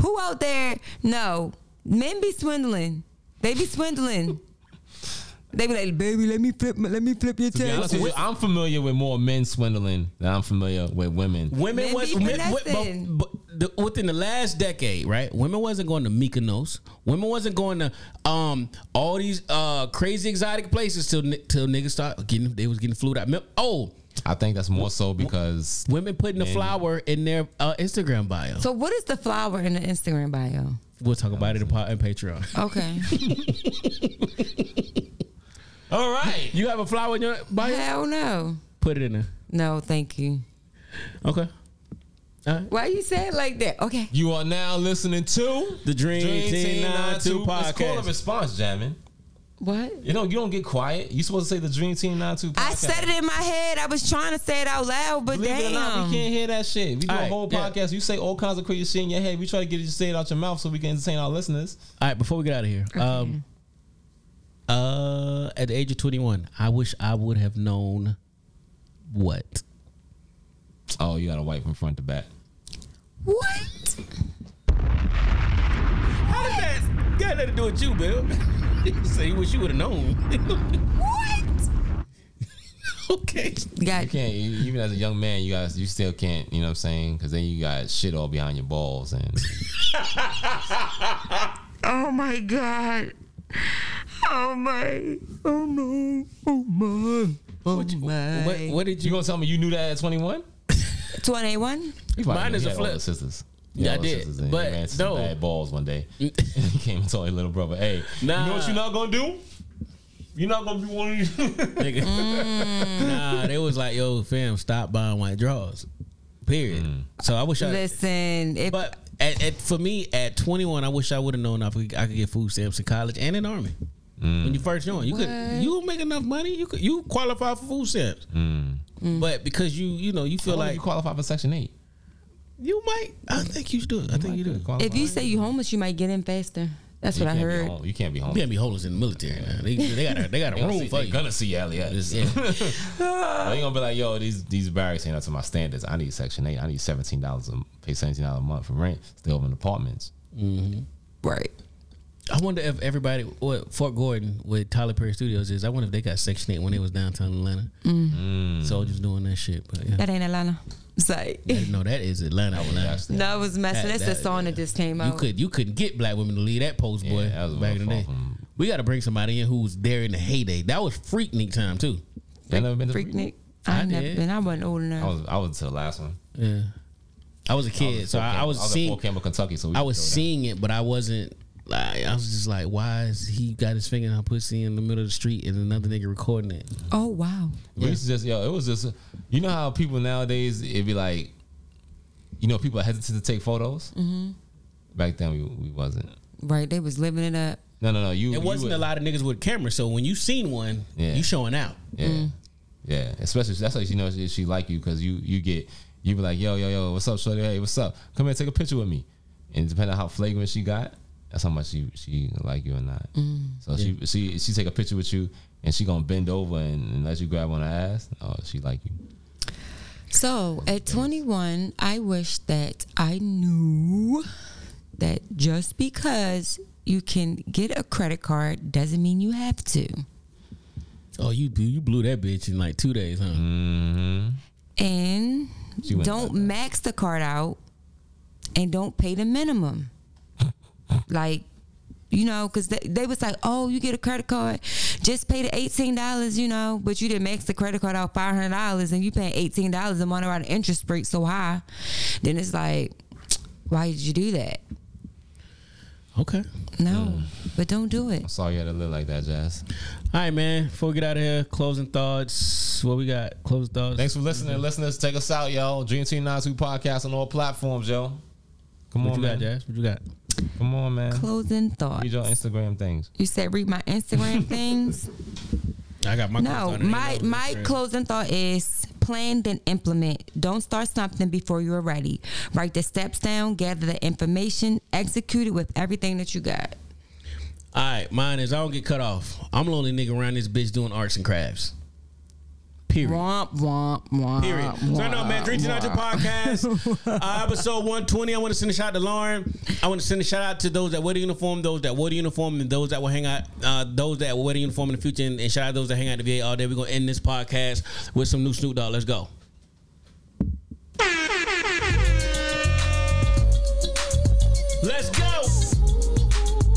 Who out there? No, men be swindling. They be swindling. they be like, baby, let me flip, my, let me flip your To be tax. honest with you, I'm familiar with more men swindling than I'm familiar with women. Women Men was be men- wi- finessing. but, but the, within the last decade, right? Women wasn't going to Mykonos. Women wasn't going to um all these uh crazy exotic places till ni- till niggas start getting they was getting flued out. Mem- Oh, I think that's more so because women putting a flower in their uh, Instagram bio. So what is the flower in the Instagram bio? We'll talk about it in pa- in Patreon. Okay, all right. You have a flower in your bio? hell no, Put it in there. no, thank you. Okay. All right. Why you say it like that? Okay, You are now listening to The Dream, Team 92 It's called a podcast. response, Jamin. what? You know, you don't get quiet. You supposed to say the Dream Team 92 podcast. I said it in my head. I was trying to say it out loud, but Believe it or not, damn. we can't hear that shit. We do All a right, whole yeah. podcast. You say all kinds of crazy shit in your head. We try to get you to say it out your mouth so we can entertain our listeners. All right, before we get out of here, um, uh, at the age of twenty one, I wish I would have known what. Oh, you got to wipe from front to back. What? How did that got nothing to do with you, Bill? Say you wish you would have known. What? okay. Got You can't you- even as a young man, you guys you still can't, you know what I'm saying? Cuz then you got shit all behind your balls and Oh my god. Oh my. Oh no. Oh my. Oh my. What, what did you you? going to tell me you knew that at 21? 21? Mine is a flip. Sisters. Yeah, I did, but no. bad balls one day. he came and told his little brother, "Hey, Nah. you know what you're not gonna do? You're not gonna be one of these." Nigga. Nah, they was like, "Yo, fam, stop buying white drawers." Period. So I wish I. Listen, if But at, at, for me, at 21, I wish I would have known I could, I could get food stamps in college and in army. When you first join, you could What? you make enough money, you could you qualify for food stamps. Mm. But because you you know you feel Only if like you qualify for Section Eight. you might, I think you should do it. I think you do. it. Qualify. If you say you homeless, you might get in faster. That's You what I can't be heard. home- You can't be home. You can't be homeless in the military. Now. They, they got a, they got a They rule gonna, Oh. see, for they you. gonna see you, alley at this. Yeah. They gonna be like, yo, these these barracks ain't up to my standards. I need Section Eight. I need seventeen dollars a pay seventeen dollars a month for rent. Stay over in apartments. Right. I wonder if everybody what Fort Gordon with Tyler Perry Studios is. I wonder if they got Section Eight when they was downtown Atlanta. Soldiers doing that shit, but yeah. Mm. That ain't Atlanta. It's like no, that is Atlanta, Atlanta. That's- no, it was messing. That- That's that- a song that just came You out. could you couldn't get black women to leave that post boy Yeah, that was a back in the motherfucker day. from- We got to bring somebody in who was there in the heyday. That was Freaknik time too. Y'all never been to Freak Nick. I I, never did. Oh. been. I wasn't old I enough. was I was to the last one. Yeah, I was a I kid, in so Fort I, I Campbell. was in seeing Fort Campbell, Kentucky. So we I could was go down. seeing it, but I wasn't like I was just like, why is he got his finger in her pussy in the middle of the street and another nigga recording it? Oh wow. We used to just yo, it was just you know how people nowadays it'd be like, you know, people are hesitant to take photos. Mm-hmm. Back then we we wasn't. Right. They was living it up. No, no, no. You It you wasn't would- a lot of niggas with cameras, so when you seen one, Yeah. you showing out. Yeah, yeah. Especially that's how she knows she, she like you because you you get you be like yo yo yo what's up shorty hey what's up come here take a picture with me and depending on how flagrant she got that's how much she she like you or not. So she she she take a picture with you and she gonna bend over and, and let you grab on her ass. Oh, she like you. So at 21, I wish that I knew that just because you can get a credit card doesn't mean you have to. Oh, you you blew that bitch in like two days, huh? Mm-hmm. And She went don't like that. max the card out and don't pay the minimum. like, you know, because they, they was like, oh, you get a credit card, just pay the $18, you know, but you didn't max the credit card out $500 and you paying $18 a month around the interest rate so high. Then it's like, why did you do that? Okay. No, but don't do it. Sorry you had to live like that, Jazz. All right, man. Before we get out of here, closing thoughts. What we got? Closing thoughts. Thanks for listening, listeners. Take us out, y'all. Dream Team 92 podcast on all platforms, yo. Come What on, you got, man. Jazz? What you got? Come on, man. Closing Read your thoughts. Instagram things. You said read my Instagram things. I got my No, my my closing thought is plan then implement. Don't start something before you are ready. Write the steps down, gather the information, execute it with everything that you got. All right, mine is I don't get cut off. I'm the only nigga around this bitch doing arts and crafts. Period. Womp womp womp. Period. So I know, man. Three Ten Hundred Podcast, uh, episode one twenty. I want to send a shout out to Lauren. I want to send a shout out to those that wear the uniform, those that wore the uniform, and those that will hang out, uh, those that will wear the uniform in the future, and, and shout out those that hang out at the VA all day. We're gonna end this podcast with some new Snoop Dogg. Let's go. Let's go.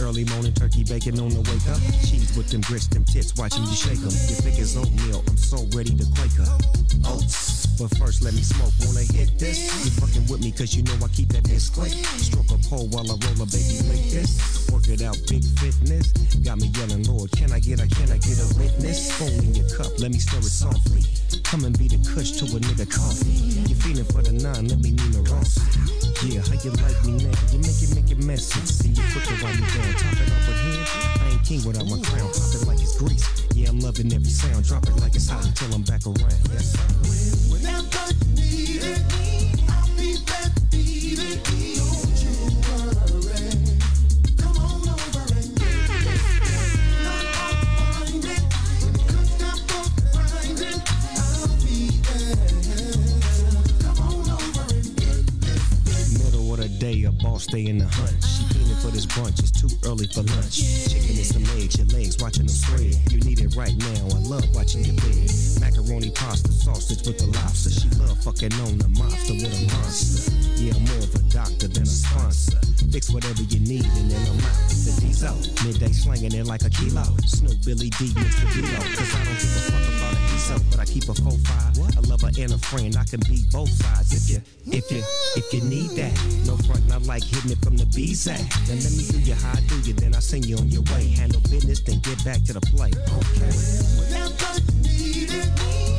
Early morning turkey bacon on the wake up. Cheese with them grits, them tits, watching you shake 'em. Your thick as oatmeal, I'm so ready to quake her. Oats, but first let me smoke. Wanna hit this? You fucking with me, cause you know I keep that bitch quick. Stroke a pole while I roll a baby lick this. Work it out, big fitness. Got me yelling, Lord, can I get a, can I get a witness? Phone in your cup, let me stir it softly. Come and be the cush to a nigga coffee. You feeling for the nine, let me Nina Ross. Yeah, how you like me now? You make it, make it messy. Then you put your body down, top it off with head. I ain't king without my crown, pop it like it's grease. Yeah, I'm loving every sound, drop it like it's hot until I'm back around. Yes, sir. Middle of the day, a boss stay in the hunt. She feeling for this brunch, it's too early for lunch. Chicken and some eggs, your legs watching them spread. You need it right now, I love watching your bed. Macaroni pasta, sausage with the lobster. She love fucking on the mobster with a monster. Yeah, I'm more of a doctor than a sponsor. Fix whatever you need and then I'm out. The D's out. Midday slinging it like a kilo. Snoop Billy D mix the kilo. Cause I don't give a fuck about a diesel, but I keep a full five. A lover and a friend, I can be both sides if you, if you, if you need that. No front, not like hitting it from the B's at. Then let me do you how I do you, then I send you on your way. Handle business, then get back to the play. Okay. Whenever needed.